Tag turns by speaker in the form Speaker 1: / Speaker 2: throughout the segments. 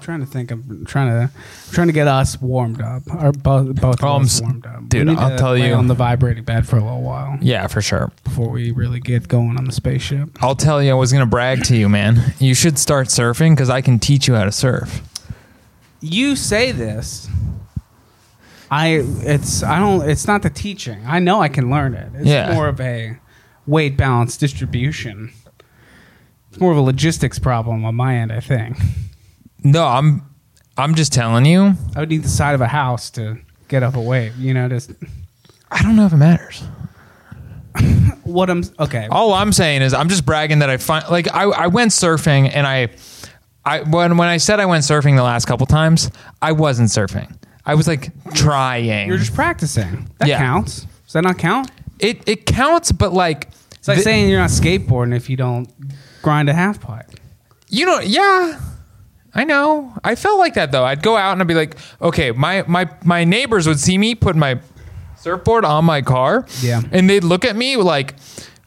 Speaker 1: trying to think. I'm trying to I'm trying to get us warmed up. Or both both of
Speaker 2: Um,
Speaker 1: us warmed up. We
Speaker 2: dude,
Speaker 1: need
Speaker 2: I'll
Speaker 1: to
Speaker 2: tell
Speaker 1: lay
Speaker 2: you-
Speaker 1: on the vibrating bed for a little while
Speaker 2: Yeah, for sure.
Speaker 1: before we really get going on the spaceship.
Speaker 2: I'll tell you, I was gonna brag to you, man. You should start surfing because I can teach you how to surf.
Speaker 1: You say this. I it's I don't it's not the teaching. I know I can learn it. It's
Speaker 2: Yeah.
Speaker 1: more of a weight balance distribution. It's more of a logistics problem on my end, I think.
Speaker 2: No, I'm, I'm just telling you.
Speaker 1: I would need the side of a house to get up a weight, you know, just
Speaker 2: I don't know if it matters.
Speaker 1: what I'm okay.
Speaker 2: All I'm saying is I'm just bragging that I find like I, I went surfing and I I when when I said I went surfing the last couple times, I wasn't surfing. I was like trying.
Speaker 1: You're just practicing. That
Speaker 2: Yeah.
Speaker 1: counts. Does that not count?
Speaker 2: it it counts, but like
Speaker 1: It's like
Speaker 2: the-
Speaker 1: saying you're not skateboarding if you don't grind a half pipe.
Speaker 2: you know, yeah. I know. I felt like that though. I'd go out and I'd be like, okay, my my my neighbors would see me put my surfboard on my car.
Speaker 1: Yeah.
Speaker 2: And they'd look at me like,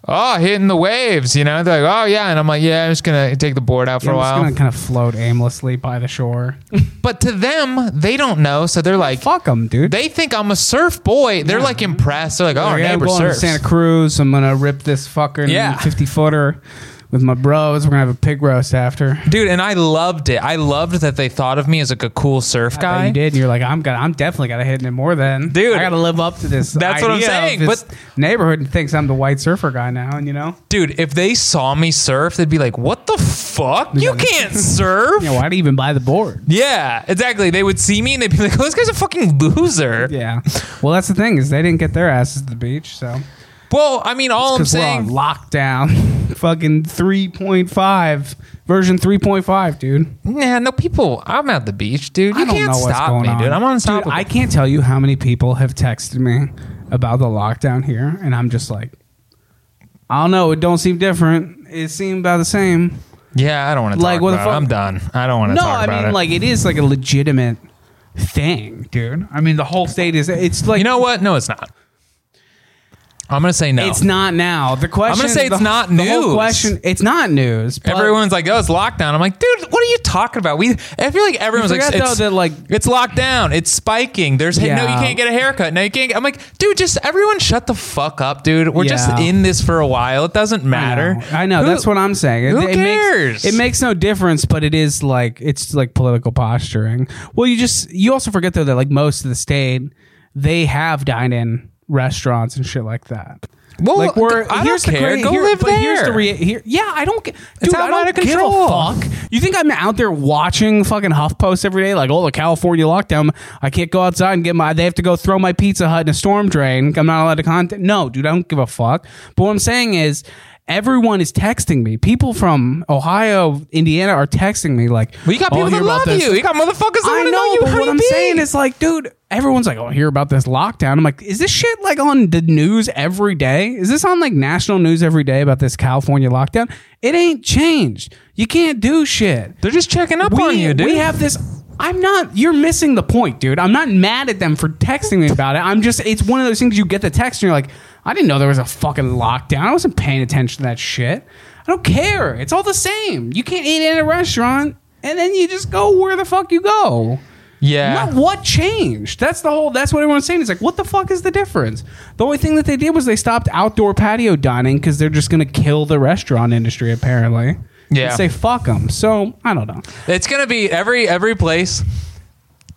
Speaker 2: oh, hitting the waves, you know? They're like, oh yeah. And I'm like, yeah, I'm just gonna take the board out for
Speaker 1: You're
Speaker 2: a
Speaker 1: just
Speaker 2: while.
Speaker 1: gonna kind of float aimlessly by the shore.
Speaker 2: But to them, they don't know, so they're like,
Speaker 1: Fuck them, dude.
Speaker 2: they think I'm a surf boy. They're like impressed. They're like, oh, our
Speaker 1: Like, I'm
Speaker 2: neighbor
Speaker 1: going to
Speaker 2: surfs.
Speaker 1: Santa Cruz. I'm gonna rip this fucking
Speaker 2: Yeah.
Speaker 1: 50 footer with my bros. We're gonna have a pig roast after.
Speaker 2: Dude, and I loved it. I loved that they thought of me as like a cool surf
Speaker 1: I bet
Speaker 2: guy.
Speaker 1: you did. And you're like, I'm gonna, I'm definitely gonna hit it more than,
Speaker 2: Dude.
Speaker 1: I gotta live up to this.
Speaker 2: That's what I'm
Speaker 1: idea of
Speaker 2: saying,
Speaker 1: this neighborhood thinks I'm the white surfer guy now, and you know,
Speaker 2: Dude, if they saw me surf, they'd be like, what the fuck? You can't surf?
Speaker 1: you know, why'd you even buy the board?
Speaker 2: Yeah, exactly. They would see me and they'd be like, oh, this guy's a fucking loser.
Speaker 1: Yeah. Well, that's the thing is they didn't get their asses to the beach, so
Speaker 2: Well, I mean, all I'm
Speaker 1: because we're on
Speaker 2: saying.
Speaker 1: lockdown, fucking 3.5 version 3.5, dude.
Speaker 2: Nah, no, people. I'm at the beach, dude. You
Speaker 1: I don't
Speaker 2: can't
Speaker 1: know what's
Speaker 2: stop
Speaker 1: going
Speaker 2: me,
Speaker 1: on,
Speaker 2: dude. I'm
Speaker 1: Dude,
Speaker 2: unstoppable.
Speaker 1: I can't tell you how many people have texted me about the lockdown here, and I'm just like, I don't know. It don't seem different. It seemed about the same.
Speaker 2: yeah, I don't want to
Speaker 1: Like,
Speaker 2: talk
Speaker 1: what the
Speaker 2: about
Speaker 1: fuck-
Speaker 2: it. I'm done. I don't want to
Speaker 1: No,
Speaker 2: talk
Speaker 1: I
Speaker 2: about
Speaker 1: mean,
Speaker 2: it.
Speaker 1: like, it is like a legitimate thing, dude. I mean, the whole state is. It's like
Speaker 2: You know what? No, it's not. I'm gonna say no.
Speaker 1: It's not now. The question.
Speaker 2: say it's
Speaker 1: the-
Speaker 2: not
Speaker 1: The whole
Speaker 2: news.
Speaker 1: question. It's not news. but-
Speaker 2: Everyone's like, oh, it's lockdown. I'm like, dude, what are you talking about? We, I feel like everyone's
Speaker 1: You
Speaker 2: like,
Speaker 1: forgot,
Speaker 2: it's,
Speaker 1: though, that, like-
Speaker 2: it's locked down. It's spiking. There's no, you
Speaker 1: Yeah.
Speaker 2: can't get a haircut. No, you can't. Get, I'm like, dude, just everyone shut the fuck up, dude. We're just
Speaker 1: Yeah.
Speaker 2: in this for a while. It doesn't
Speaker 1: I
Speaker 2: matter.
Speaker 1: know. I know.
Speaker 2: Who-
Speaker 1: that's what I'm saying. It,
Speaker 2: who
Speaker 1: it
Speaker 2: cares?
Speaker 1: Makes, it makes no difference, but it is like it's like political posturing. Well, you just you also forget though that like most of the state they have dine-in restaurants and shit like that.
Speaker 2: Well,
Speaker 1: like we're
Speaker 2: I don't
Speaker 1: here's the
Speaker 2: care.
Speaker 1: cra-
Speaker 2: Go
Speaker 1: here-
Speaker 2: live
Speaker 1: but Here's the
Speaker 2: there.
Speaker 1: rea- here, yeah, I don't. ge- Dude,
Speaker 2: out
Speaker 1: I
Speaker 2: of
Speaker 1: don't
Speaker 2: control.
Speaker 1: give a fuck. You think I'm out there watching fucking HuffPost every day? Like, oh, the California lockdown. I can't go outside and get my. They have to go throw my Pizza Hut in a storm drain. I'm not allowed to contact. No, dude, I don't give a fuck. But what I'm saying is. Everyone is texting me. People from Ohio, Indiana are texting me like,
Speaker 2: Well, you got
Speaker 1: "Oh,
Speaker 2: people
Speaker 1: hear
Speaker 2: that
Speaker 1: about
Speaker 2: love
Speaker 1: this."
Speaker 2: you. You got motherfuckers that
Speaker 1: I
Speaker 2: want to
Speaker 1: know,
Speaker 2: know you.
Speaker 1: but
Speaker 2: how
Speaker 1: what
Speaker 2: you
Speaker 1: I'm
Speaker 2: be.
Speaker 1: saying is like, dude, everyone's like, oh, I hear about this lockdown. I'm like, is this shit like on the news every day? Is this on like national news every day about this California lockdown? It ain't changed. You can't do shit.
Speaker 2: they're just checking up on you, dude.
Speaker 1: we have this. I'm not. You're missing the point, dude. I'm not mad at them for texting me about it. I'm just. It's one of those things you get the text and you're like, I didn't know there was a fucking lockdown. I wasn't paying attention to that shit. I don't care. It's all the same. You can't eat in a restaurant, and then you just go where the fuck you go.
Speaker 2: yeah.
Speaker 1: Not what changed. That's the whole. That's what everyone's saying. It's like, what the fuck is the difference? The only thing that they did was they stopped outdoor patio dining because they're just going to kill the restaurant industry. Apparently,
Speaker 2: Yeah.
Speaker 1: And say fuck them. So I don't know.
Speaker 2: It's gonna be every every place.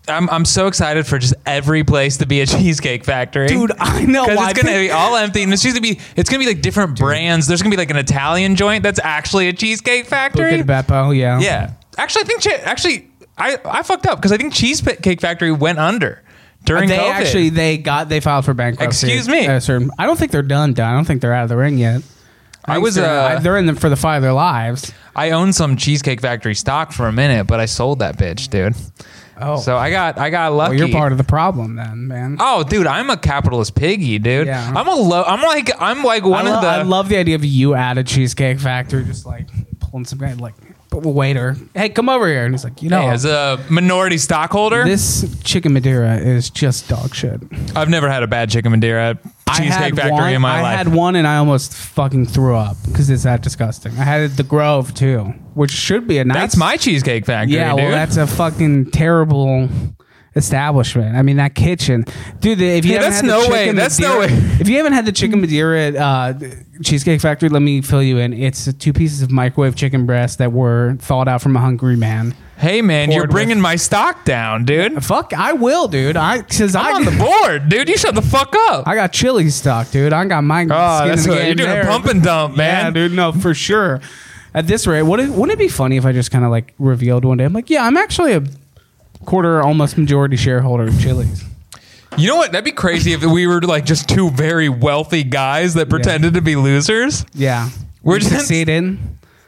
Speaker 2: I'm I'm so excited for just every place to be a cheesecake factory,
Speaker 1: Dude, I know.
Speaker 2: Because
Speaker 1: I
Speaker 2: it's gonna
Speaker 1: think-
Speaker 2: be all empty, and it's just gonna be it's gonna be like different brands. There's gonna be like an Italian joint that's actually a cheesecake
Speaker 1: Boca
Speaker 2: factory.
Speaker 1: de Beppo, yeah.
Speaker 2: Yeah, actually, I think che- actually I I fucked up because I think Cheesecake Factory went under during
Speaker 1: They
Speaker 2: COVID.
Speaker 1: actually they got they filed for bankruptcy.
Speaker 2: Excuse me.
Speaker 1: at a certain- I don't think they're done. Done. I don't think they're out of the ring yet.
Speaker 2: I
Speaker 1: think
Speaker 2: was,
Speaker 1: they're,
Speaker 2: uh,
Speaker 1: they're in them for the fight of their lives.
Speaker 2: I owned some Cheesecake Factory stock for a minute, but I sold that bitch, dude.
Speaker 1: Oh,
Speaker 2: So I got I got lucky.
Speaker 1: well, you're part of the problem then, man.
Speaker 2: Oh, dude, I'm a capitalist piggy, dude.
Speaker 1: Yeah.
Speaker 2: I'm a low. I'm like I'm like one
Speaker 1: I,
Speaker 2: of
Speaker 1: lo-
Speaker 2: the.
Speaker 1: I love the idea of you at a cheesecake factory, just like pulling some guy, like "But waiter. Hey, come over here, and he's like, you know,
Speaker 2: Hey, as a minority stockholder,
Speaker 1: this chicken Madeira is just dog shit.
Speaker 2: I've never had a bad chicken Madeira. Cheesecake Factory
Speaker 1: one,
Speaker 2: in my
Speaker 1: I
Speaker 2: life.
Speaker 1: had one and I almost fucking threw up because it's that disgusting. I had the Grove too, which should be a nice.
Speaker 2: That's my Cheesecake Factory,
Speaker 1: Yeah, well,
Speaker 2: dude.
Speaker 1: that's a fucking terrible establishment. I mean, that kitchen, dude. If you
Speaker 2: Yeah,
Speaker 1: haven't
Speaker 2: that's
Speaker 1: had the
Speaker 2: no
Speaker 1: chicken
Speaker 2: way. That's
Speaker 1: Madeira-
Speaker 2: no way.
Speaker 1: If you haven't had the chicken Madeira at uh, Cheesecake Factory, let me fill you in. It's two pieces of microwave chicken breast that were thawed out from a hungry man.
Speaker 2: hey, man, you're
Speaker 1: Bored
Speaker 2: bringing
Speaker 1: with-
Speaker 2: my stock down, dude.
Speaker 1: Fuck, I will, dude. I because I
Speaker 2: I'm on the board, dude. You shut the fuck up.
Speaker 1: I got chili stock, dude. I got my
Speaker 2: Oh,
Speaker 1: skin
Speaker 2: that's
Speaker 1: in the
Speaker 2: what
Speaker 1: game
Speaker 2: you're doing
Speaker 1: there.
Speaker 2: a pump and dump, man.
Speaker 1: Yeah, dude. No, for sure. At this rate, would it, wouldn't it be funny if I just kind of like revealed one day? I'm like, yeah, I'm actually a quarter, almost majority shareholder of Chili's.
Speaker 2: You know what? That'd be crazy if we were like just two very wealthy guys that pretended to be losers.
Speaker 1: Yeah,
Speaker 2: We're
Speaker 1: We
Speaker 2: just-
Speaker 1: succeeded.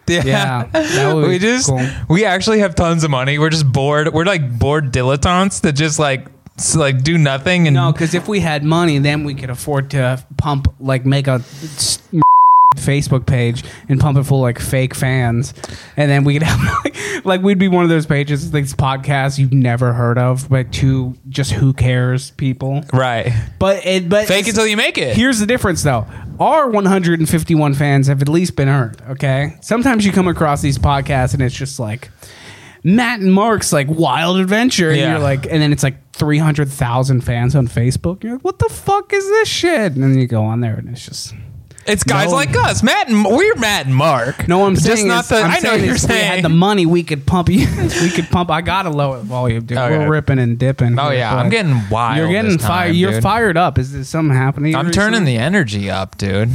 Speaker 2: Yeah,
Speaker 1: Yeah, that would
Speaker 2: we
Speaker 1: be
Speaker 2: just
Speaker 1: cool.
Speaker 2: we actually have tons of money. We're just bored. We're like bored dilettantes that just like s- like do nothing and
Speaker 1: No, because if we had money, then we could afford to pump like make a. s- Facebook page and pump it full of, like fake fans, and then we could have like, like we'd be one of those pages, these podcasts you've never heard of, but two just who cares people.
Speaker 2: right.
Speaker 1: But it, but
Speaker 2: Fake until you make it.
Speaker 1: Here's the difference, though. Our 151 fans have at least been heard. Okay. Sometimes you come across these podcasts and it's just like Matt and Mark's like wild adventure, and
Speaker 2: Yeah.
Speaker 1: you're like, and then it's like 300,000 fans on Facebook. You're like, what the fuck is this shit? And then you go on there and it's just.
Speaker 2: It's guys
Speaker 1: No.
Speaker 2: like us, Matt and we're Matt and Mark.
Speaker 1: No, I'm
Speaker 2: Just
Speaker 1: saying
Speaker 2: not
Speaker 1: is-
Speaker 2: the-
Speaker 1: I'm
Speaker 2: I know
Speaker 1: saying
Speaker 2: what you're
Speaker 1: is If we
Speaker 2: saying.
Speaker 1: had the money, we could pump. You, we could pump. I got a low volume, dude.
Speaker 2: Okay.
Speaker 1: We're ripping and dipping.
Speaker 2: Oh,
Speaker 1: here,
Speaker 2: yeah. I'm
Speaker 1: but
Speaker 2: getting wild
Speaker 1: You're getting
Speaker 2: this time,
Speaker 1: fired. You're
Speaker 2: dude.
Speaker 1: fired up. Is there something happening?
Speaker 2: I'm
Speaker 1: or
Speaker 2: turning the energy up, dude.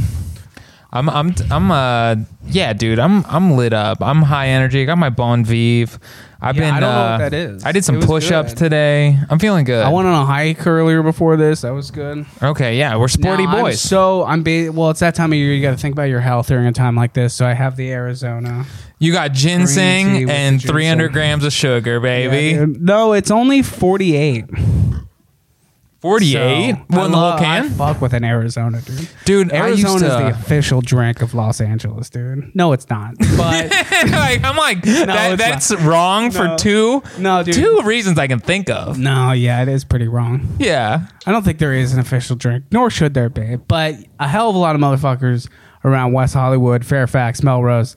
Speaker 2: I'm I'm I'm uh yeah, dude. I'm I'm lit up. I'm high energy. I got my Bon Vive. I've
Speaker 1: Yeah,
Speaker 2: been.
Speaker 1: I don't know
Speaker 2: uh,
Speaker 1: what that is.
Speaker 2: I did
Speaker 1: It
Speaker 2: some
Speaker 1: was
Speaker 2: push-ups
Speaker 1: good.
Speaker 2: today. I'm feeling good.
Speaker 1: I went on a hike earlier before this. That was good.
Speaker 2: okay, yeah, we're sporty
Speaker 1: Now, I'm
Speaker 2: boys.
Speaker 1: so I'm ba- well. It's that time of year. You got to think about your health during a time like this. So I have the Arizona.
Speaker 2: you got
Speaker 1: Green tea
Speaker 2: ginseng
Speaker 1: with
Speaker 2: and
Speaker 1: the ginseng.
Speaker 2: 300 grams of sugar, baby.
Speaker 1: Yeah, dude. no, it's only 48.
Speaker 2: 48.
Speaker 1: So, I
Speaker 2: One whole
Speaker 1: love- I
Speaker 2: can.
Speaker 1: fuck with an Arizona, dude.
Speaker 2: Dude, I used
Speaker 1: Arizona is the
Speaker 2: to-
Speaker 1: official drink of Los Angeles, dude. No, it's not. But
Speaker 2: like, I'm like that,
Speaker 1: it's
Speaker 2: that's wrong for
Speaker 1: No.
Speaker 2: two
Speaker 1: No, dude.
Speaker 2: two reasons I can think of.
Speaker 1: no, yeah, it is pretty wrong.
Speaker 2: Yeah.
Speaker 1: I don't think there is an official drink, nor should there be. But a hell of a lot of motherfuckers around West Hollywood, Fairfax, Melrose,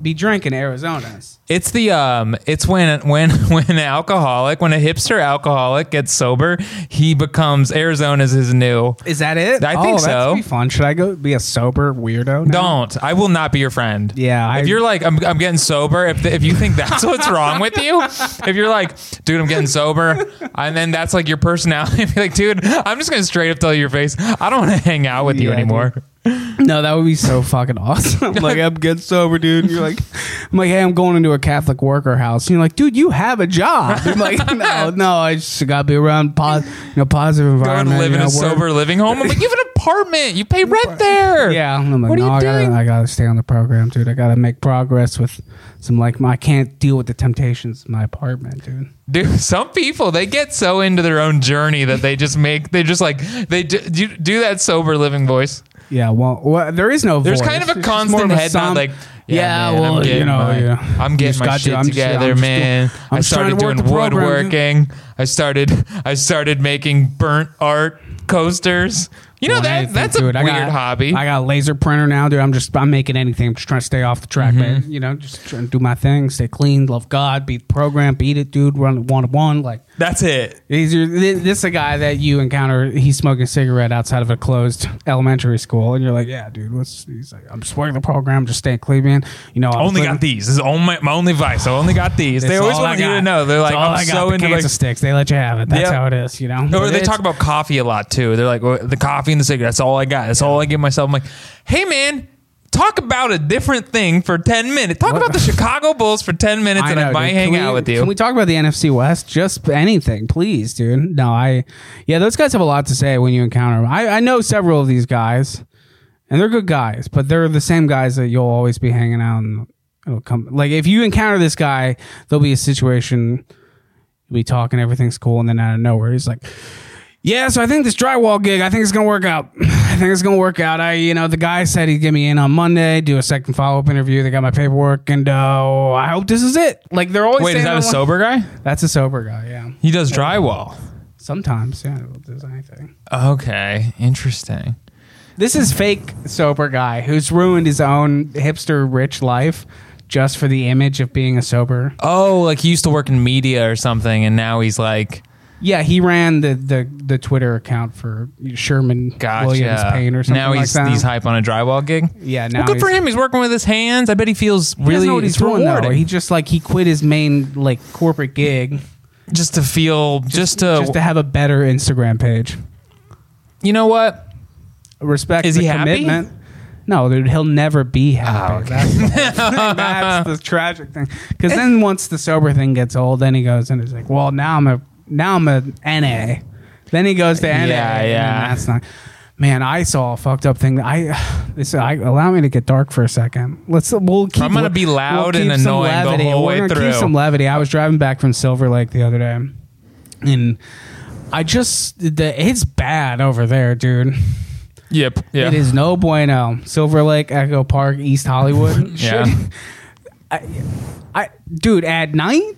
Speaker 1: be drinking Arizonas.
Speaker 2: It's the um. It's when when when an alcoholic, when a hipster alcoholic gets sober, he becomes Arizona's his new.
Speaker 1: Is that it?
Speaker 2: I think so.
Speaker 1: That'd be fun. Should I go be a sober weirdo? now?
Speaker 2: Don't. I will not be your friend.
Speaker 1: Yeah, I-
Speaker 2: if you're like, I'm, I'm getting sober. If if you think that's what's wrong with you, if you're like, dude, I'm getting sober, and then that's like your personality, be like, dude, I'm just gonna straight up tell you your face, I don't want to hang out with you
Speaker 1: Yeah, dude.
Speaker 2: anymore.
Speaker 1: No, that would be so fucking awesome. like I'm getting sober, dude. And you're like, I'm like, hey, I'm going into a Catholic worker house. And you're like, dude, you have a job. I'm like, no, no, I just gotta be around pos- you know, positive
Speaker 2: Go and
Speaker 1: environment.
Speaker 2: live
Speaker 1: you
Speaker 2: in
Speaker 1: know,
Speaker 2: a
Speaker 1: work-
Speaker 2: sober living home. I'm like, you have an apartment. You pay rent there.
Speaker 1: Yeah, I'm like,
Speaker 2: What are
Speaker 1: no,
Speaker 2: you
Speaker 1: I gotta,
Speaker 2: doing?
Speaker 1: I gotta stay on the program, dude. I gotta make progress with some like, my, I can't deal with the temptations of my apartment, dude.
Speaker 2: Dude, some people they get so into their own journey that they just make they just like they do, do, do that sober living voice.
Speaker 1: Yeah, well, well there is no.
Speaker 2: There's
Speaker 1: voice.
Speaker 2: kind of
Speaker 1: It's
Speaker 2: a
Speaker 1: just more
Speaker 2: constant
Speaker 1: a
Speaker 2: head nod,
Speaker 1: som-
Speaker 2: like
Speaker 1: yeah,
Speaker 2: man,
Speaker 1: well, you
Speaker 2: getting
Speaker 1: know,
Speaker 2: my,
Speaker 1: yeah.
Speaker 2: I'm
Speaker 1: Just
Speaker 2: getting my
Speaker 1: got
Speaker 2: shit
Speaker 1: you. I'm just-
Speaker 2: together,
Speaker 1: I'm just
Speaker 2: man.
Speaker 1: doing- I'm
Speaker 2: I
Speaker 1: just trying
Speaker 2: started
Speaker 1: to work
Speaker 2: doing
Speaker 1: the program, dude.
Speaker 2: woodworking. I started I started making burnt art coasters. You know
Speaker 1: Well,
Speaker 2: that
Speaker 1: anything,
Speaker 2: that's a
Speaker 1: dude. I
Speaker 2: weird
Speaker 1: got-
Speaker 2: hobby.
Speaker 1: I got a laser printer now, dude. I'm just I'm making anything. I'm just trying to stay off the
Speaker 2: Mm-hmm.
Speaker 1: track, man. You know, just trying to do my thing, stay clean, love God, beat the program, beat it, dude. Run one to one, like.
Speaker 2: that's it.
Speaker 1: These are, thi- this is a guy that you encounter. He's smoking a cigarette outside of a closed elementary school, and you're like, "Yeah, dude, what's?" He's like, "I'm just working the program, just staying clean, man." You know, I'm
Speaker 2: Only
Speaker 1: putting-
Speaker 2: got these. This is all my, my only vice. I only got these.
Speaker 1: It's
Speaker 2: They always
Speaker 1: all I
Speaker 2: want you
Speaker 1: got.
Speaker 2: to know. They're
Speaker 1: It's
Speaker 2: like,
Speaker 1: all I
Speaker 2: I'm
Speaker 1: got,
Speaker 2: so
Speaker 1: the
Speaker 2: into
Speaker 1: cans
Speaker 2: like
Speaker 1: of sticks. They let you have it. That's
Speaker 2: Yeah.
Speaker 1: how it is, you know.
Speaker 2: Or
Speaker 1: But
Speaker 2: they
Speaker 1: it's-
Speaker 2: talk about coffee a lot too. They're like, "Well, the coffee and the cigarette. That's all I got. That's all I give myself. I'm like, hey man, talk about a different thing for ten minutes. Talk about the Chicago Bulls for ten minutes, and I
Speaker 1: know,
Speaker 2: might
Speaker 1: dude.
Speaker 2: hang
Speaker 1: Can we-
Speaker 2: out with you.
Speaker 1: Can we talk about the NFC West? Just anything, please, dude. No, I, yeah, those guys have a lot to say when you encounter them. I, I know several of these guys, and they're good guys, but they're the same guys that you'll always be hanging out. And it'll come like if you encounter this guy, there'll be a situation. You'll be talking, everything's cool, and then out of nowhere, he's like. Yeah, so I think this drywall gig, I think it's gonna work out. I think it's gonna work out. I, you know, the guy said he'd get me in on Monday, do a second follow up interview. They got my paperwork, and uh, I hope this is it. Like they're always
Speaker 2: Wait, is
Speaker 1: saying
Speaker 2: that
Speaker 1: I'm
Speaker 2: a
Speaker 1: like-
Speaker 2: sober guy?
Speaker 1: That's a sober guy. Yeah,
Speaker 2: He does drywall.
Speaker 1: sometimes. Yeah, it does anything.
Speaker 2: Okay, interesting.
Speaker 1: This is fake sober guy who's ruined his own hipster rich life just for the image of being a sober.
Speaker 2: Oh, like he used to work in media or something, and now he's like,
Speaker 1: Yeah, he ran the the, the Twitter account for Sherman
Speaker 2: gotcha.
Speaker 1: Williams Payne or something
Speaker 2: now
Speaker 1: like
Speaker 2: he's
Speaker 1: that.
Speaker 2: he's hype on a drywall gig.
Speaker 1: Yeah, now
Speaker 2: well, good for
Speaker 1: he's-
Speaker 2: him. He's working with his hands. I bet he feels
Speaker 1: He doesn't
Speaker 2: really
Speaker 1: know what he's
Speaker 2: it's
Speaker 1: doing though.
Speaker 2: rewarding.
Speaker 1: He just like he quit his main like corporate gig
Speaker 2: just to feel, just, to,
Speaker 1: just to have a better Instagram page.
Speaker 2: you know what?
Speaker 1: Respect
Speaker 2: Is
Speaker 1: the
Speaker 2: he happy?
Speaker 1: commitment. No, dude, he'll never be happy.
Speaker 2: Oh, okay.
Speaker 1: That's, the whole thing. That's the tragic thing. Because then once the sober thing gets old, then he goes and he's like, "Well, now I'm a now I'm a NA." Then he goes to NA. and
Speaker 2: Yeah,
Speaker 1: then
Speaker 2: yeah.
Speaker 1: That's not. Man, I saw a fucked up thing. I this I allow me to get dark for a second. Let's we'll keep.
Speaker 2: I'm gonna be loud
Speaker 1: keep
Speaker 2: and
Speaker 1: some
Speaker 2: annoying the
Speaker 1: levity.
Speaker 2: whole
Speaker 1: We're
Speaker 2: way
Speaker 1: gonna
Speaker 2: through.
Speaker 1: Keep some levity. I was driving back from Silver Lake the other day, and I just the, it's bad over there, dude.
Speaker 2: Yep. Yeah.
Speaker 1: It is no bueno. Silver Lake, Echo Park, East Hollywood.
Speaker 2: Yeah.
Speaker 1: Should- I, I, dude, at night,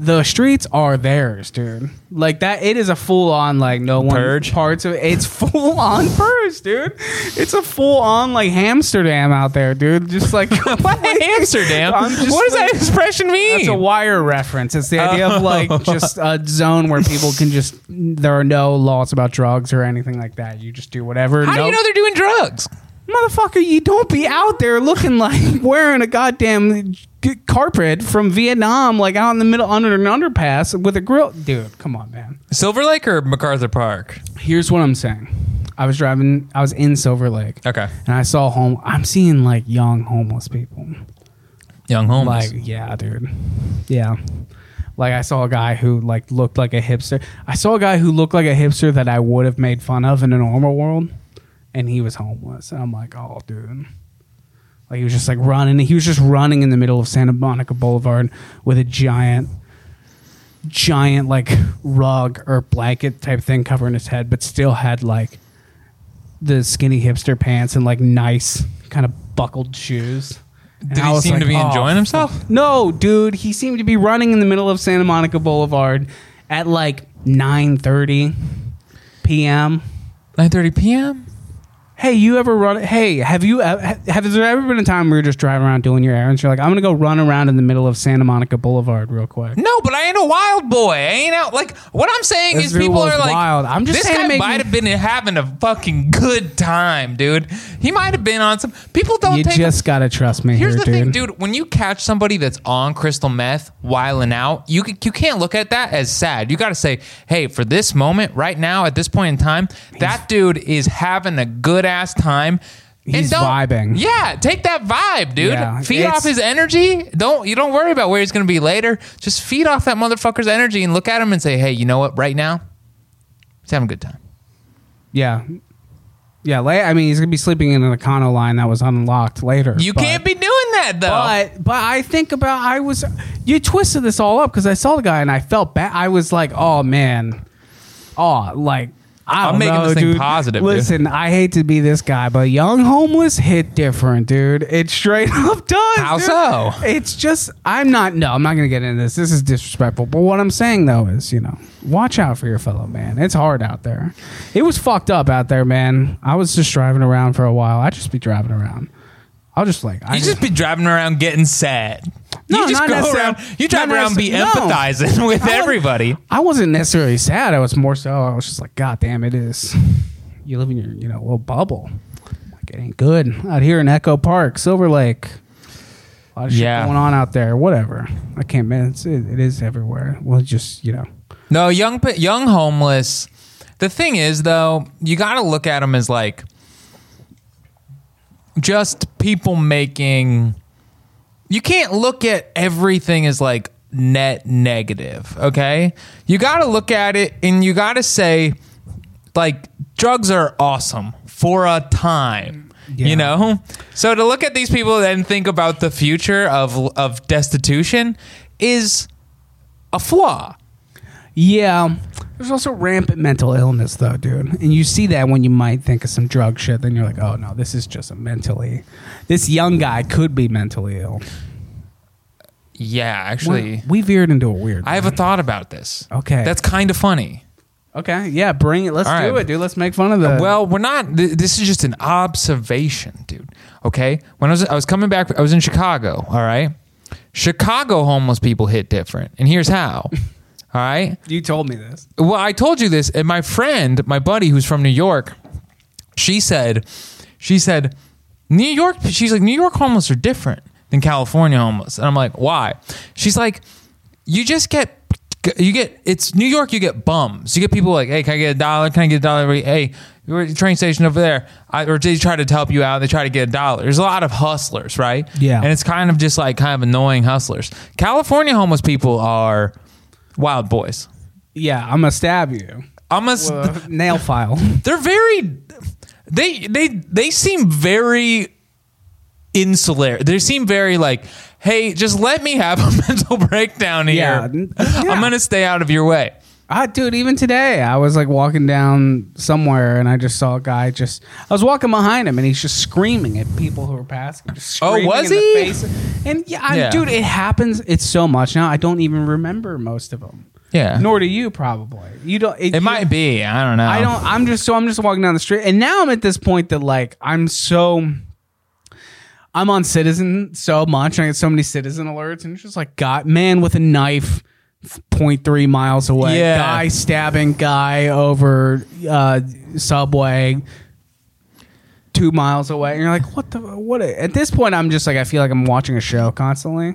Speaker 1: the streets are theirs, dude. Like that, it is a full on like no one
Speaker 2: Purge?
Speaker 1: parts of it's full on purge, dude. It's a full on like Amsterdam out there, dude. Just like
Speaker 2: Amsterdam.
Speaker 1: I'm just
Speaker 2: what does
Speaker 1: like-
Speaker 2: that expression mean? Oh.
Speaker 1: That's a wire reference. It's the idea of like just a zone where people can just there are no laws about drugs or anything like that. You just do whatever.
Speaker 2: How do
Speaker 1: no-
Speaker 2: you know they're doing drugs?
Speaker 1: motherfucker, you don't be out there looking like wearing a goddamn g- carpet from Vietnam, like out in the middle under an underpass with a grill. Dude, come on, man.
Speaker 2: Silver Lake or MacArthur Park?
Speaker 1: Here's what I'm saying. I was driving. I was in Silver Lake,
Speaker 2: Okay.
Speaker 1: and I saw home. I'm seeing like young homeless people.
Speaker 2: Young homeless.
Speaker 1: Like, yeah, dude. Yeah. Like I saw a guy who like looked like a hipster. I saw a guy who looked like a hipster that I would have made fun of in a normal world, and he was homeless. And I'm like, oh, dude. Like he was just like running. He was just running in the middle of Santa Monica Boulevard with a giant, giant like rug or blanket type thing covering his head, but still had like the skinny hipster pants and like nice kind of buckled shoes. And
Speaker 2: Did
Speaker 1: I
Speaker 2: he
Speaker 1: was
Speaker 2: seem to
Speaker 1: like,
Speaker 2: be
Speaker 1: "Oh,
Speaker 2: enjoying himself?
Speaker 1: no, dude, he seemed to be running in the middle of Santa Monica Boulevard at like 9:30 p.m.
Speaker 2: 9:30 p.m.
Speaker 1: Hey, you ever run? Hey, have you ev- ha- have, there ever been a time where you're just driving around doing your errands? You're like, I'm gonna go run around in the middle of Santa Monica Boulevard real quick.
Speaker 2: No, but I ain't a wild boy. I ain't out. Like what I'm saying
Speaker 1: This
Speaker 2: is,
Speaker 1: dude
Speaker 2: people
Speaker 1: was
Speaker 2: are like,
Speaker 1: wild. I'm just
Speaker 2: this
Speaker 1: saying it
Speaker 2: guy
Speaker 1: made
Speaker 2: might
Speaker 1: me-
Speaker 2: have been having a fucking good time, dude. He might have been on some. People don't
Speaker 1: You
Speaker 2: take.
Speaker 1: just gotta trust me
Speaker 2: Here's
Speaker 1: here,
Speaker 2: the
Speaker 1: dude.
Speaker 2: thing, dude. When you catch somebody that's on crystal meth whiling out, you c- you can't look at that as sad. You got to say, hey, for this moment, right now, at this point in time, that dude is having a good ass time. And
Speaker 1: He's
Speaker 2: don't-
Speaker 1: vibing.
Speaker 2: Yeah, take that vibe, dude.
Speaker 1: Yeah,
Speaker 2: feed
Speaker 1: it's-
Speaker 2: off his energy. Don't you don't worry about where he's gonna be later. Just feed off that motherfucker's energy and look at him and say, hey, you know what? Right now, he's having a good time.
Speaker 1: Yeah, yeah. La- I mean, he's gonna be sleeping in an Econo line that was unlocked later.
Speaker 2: You
Speaker 1: but-
Speaker 2: can't be doing that though.
Speaker 1: But but I think about I was you twisted this all up because I saw the guy and I felt bad. I was like, oh man, oh like I
Speaker 2: I'm
Speaker 1: don't
Speaker 2: making
Speaker 1: know,
Speaker 2: this thing
Speaker 1: dude.
Speaker 2: positive, dude.
Speaker 1: Listen, I hate to be this guy, but young homeless hit different, dude. It straight up does.
Speaker 2: How
Speaker 1: dude.
Speaker 2: so?
Speaker 1: It's just I'm not. No, I'm not gonna get into this. This is disrespectful. But what I'm saying though is, you know, watch out for your fellow man. It's hard out there. It was fucked up out there, man. I was just driving around for a while. I just be driving around. I'll just like I
Speaker 2: You just be driving around getting sad.
Speaker 1: No,
Speaker 2: you just
Speaker 1: not
Speaker 2: go
Speaker 1: necessar-
Speaker 2: around. You drive
Speaker 1: not
Speaker 2: around be
Speaker 1: necessar- no.
Speaker 2: empathizing with
Speaker 1: wouldn't-
Speaker 2: everybody.
Speaker 1: I wasn't necessarily sad. I was more so. I was just like, God damn, it is. You live in your, you know, little bubble. Like it ain't good out here in Echo Park, Silver Lake. A lot of shit
Speaker 2: Yeah.
Speaker 1: going on out there. Whatever. I can't. Man, it's, it, it is everywhere. Well, just you know,
Speaker 2: No, young pe- young homeless. The thing is, though, you got to look at them as like just people making. You can't look at everything as like net negative. Okay, you got to look at it and you got to say, like, drugs are awesome for a time.
Speaker 1: Yeah.
Speaker 2: You know, so to look at these people and think about the future of of destitution is a flaw.
Speaker 1: yeah. There's also rampant mental illness though, dude. And you see that when you might think of some drug shit, then you're like, oh no, this is just a mentally. This young guy could be mentally ill.
Speaker 2: Yeah, actually,
Speaker 1: we veered into a weird.
Speaker 2: I have a thought about this.
Speaker 1: Okay.
Speaker 2: that's kind of funny.
Speaker 1: Okay, yeah, bring it. Let's
Speaker 2: All
Speaker 1: do
Speaker 2: right.
Speaker 1: it, dude. Let's make fun of the.
Speaker 2: Well, we're not. Th- this is just an observation, dude. Okay. When I was I was coming back, I was in Chicago. All right. Chicago homeless people hit different, and here's how. All right.
Speaker 1: you told me this.
Speaker 2: Well, I told you this, and my friend, my buddy who's from New York, she said, she said, New York, she's like, New York homeless are different than California homeless. And I'm like, why? She's like, you just get, you get, it's New York, you get bums. You get people like, hey, can I get a dollar? Can I get a dollar? Hey, you're at the train station over there. I, or they try to help you out. They try to get a dollar. There's a lot of hustlers, right?
Speaker 1: Yeah.
Speaker 2: And it's kind of just like kind of annoying hustlers. California homeless people are wild boys.
Speaker 1: Yeah, I'm gonna stab you.
Speaker 2: I'm gonna, s-
Speaker 1: Uh, nail file.
Speaker 2: they're very they they they seem very insular they seem very like hey just let me have a mental breakdown
Speaker 1: Yeah.
Speaker 2: here
Speaker 1: N- yeah.
Speaker 2: i'm gonna stay out of your way
Speaker 1: Ah, dude, even today, I was like walking down somewhere and I just saw a guy just. I was walking behind him and he's just screaming at people who were passing. Just
Speaker 2: Oh,
Speaker 1: screaming
Speaker 2: was
Speaker 1: in
Speaker 2: he?
Speaker 1: The face. And yeah, I,
Speaker 2: Yeah.
Speaker 1: dude, it happens. It's so much now. I don't even remember most of them.
Speaker 2: Yeah.
Speaker 1: Nor do you, probably. You don't.
Speaker 2: it might be i don't know
Speaker 1: I don't. I'm just so I'm just walking down the street, and now I'm at this point that like I'm so. I'm on Citizen so much, and I get so many Citizen alerts, and it's just like God, man with a knife, 0.3 miles away,
Speaker 2: Yeah.
Speaker 1: guy stabbing guy over uh, subway, two miles away, and you're like, what the what? a- At this point, I'm just like, I feel like I'm watching a show constantly,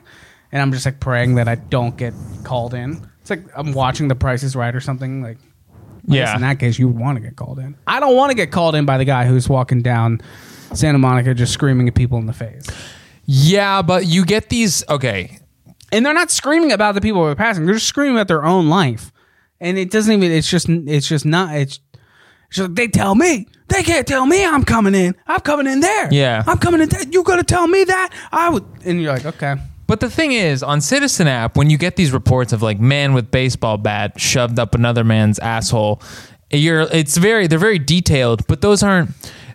Speaker 1: and I'm just like praying that I don't get called in. It's like I'm watching The Price is Right or something like. I guess
Speaker 2: Yeah.
Speaker 1: In that case, you would want to get called in. I don't want to get called in by the guy who's walking down Santa Monica just screaming at people in the face.
Speaker 2: yeah but you get these okay
Speaker 1: And they're not screaming about the people who are passing. They're just screaming about their own life. And it doesn't even, it's just, it's just not, it's, it's just, they tell me. They can't tell me I'm coming in. I'm coming in there.
Speaker 2: Yeah.
Speaker 1: I'm coming in there. You going to tell me that? I would. And you're like, okay.
Speaker 2: But the thing is, on Citizen app, when you get these reports of like man with baseball bat shoved up another man's asshole, you're it's very they're very detailed, but those aren't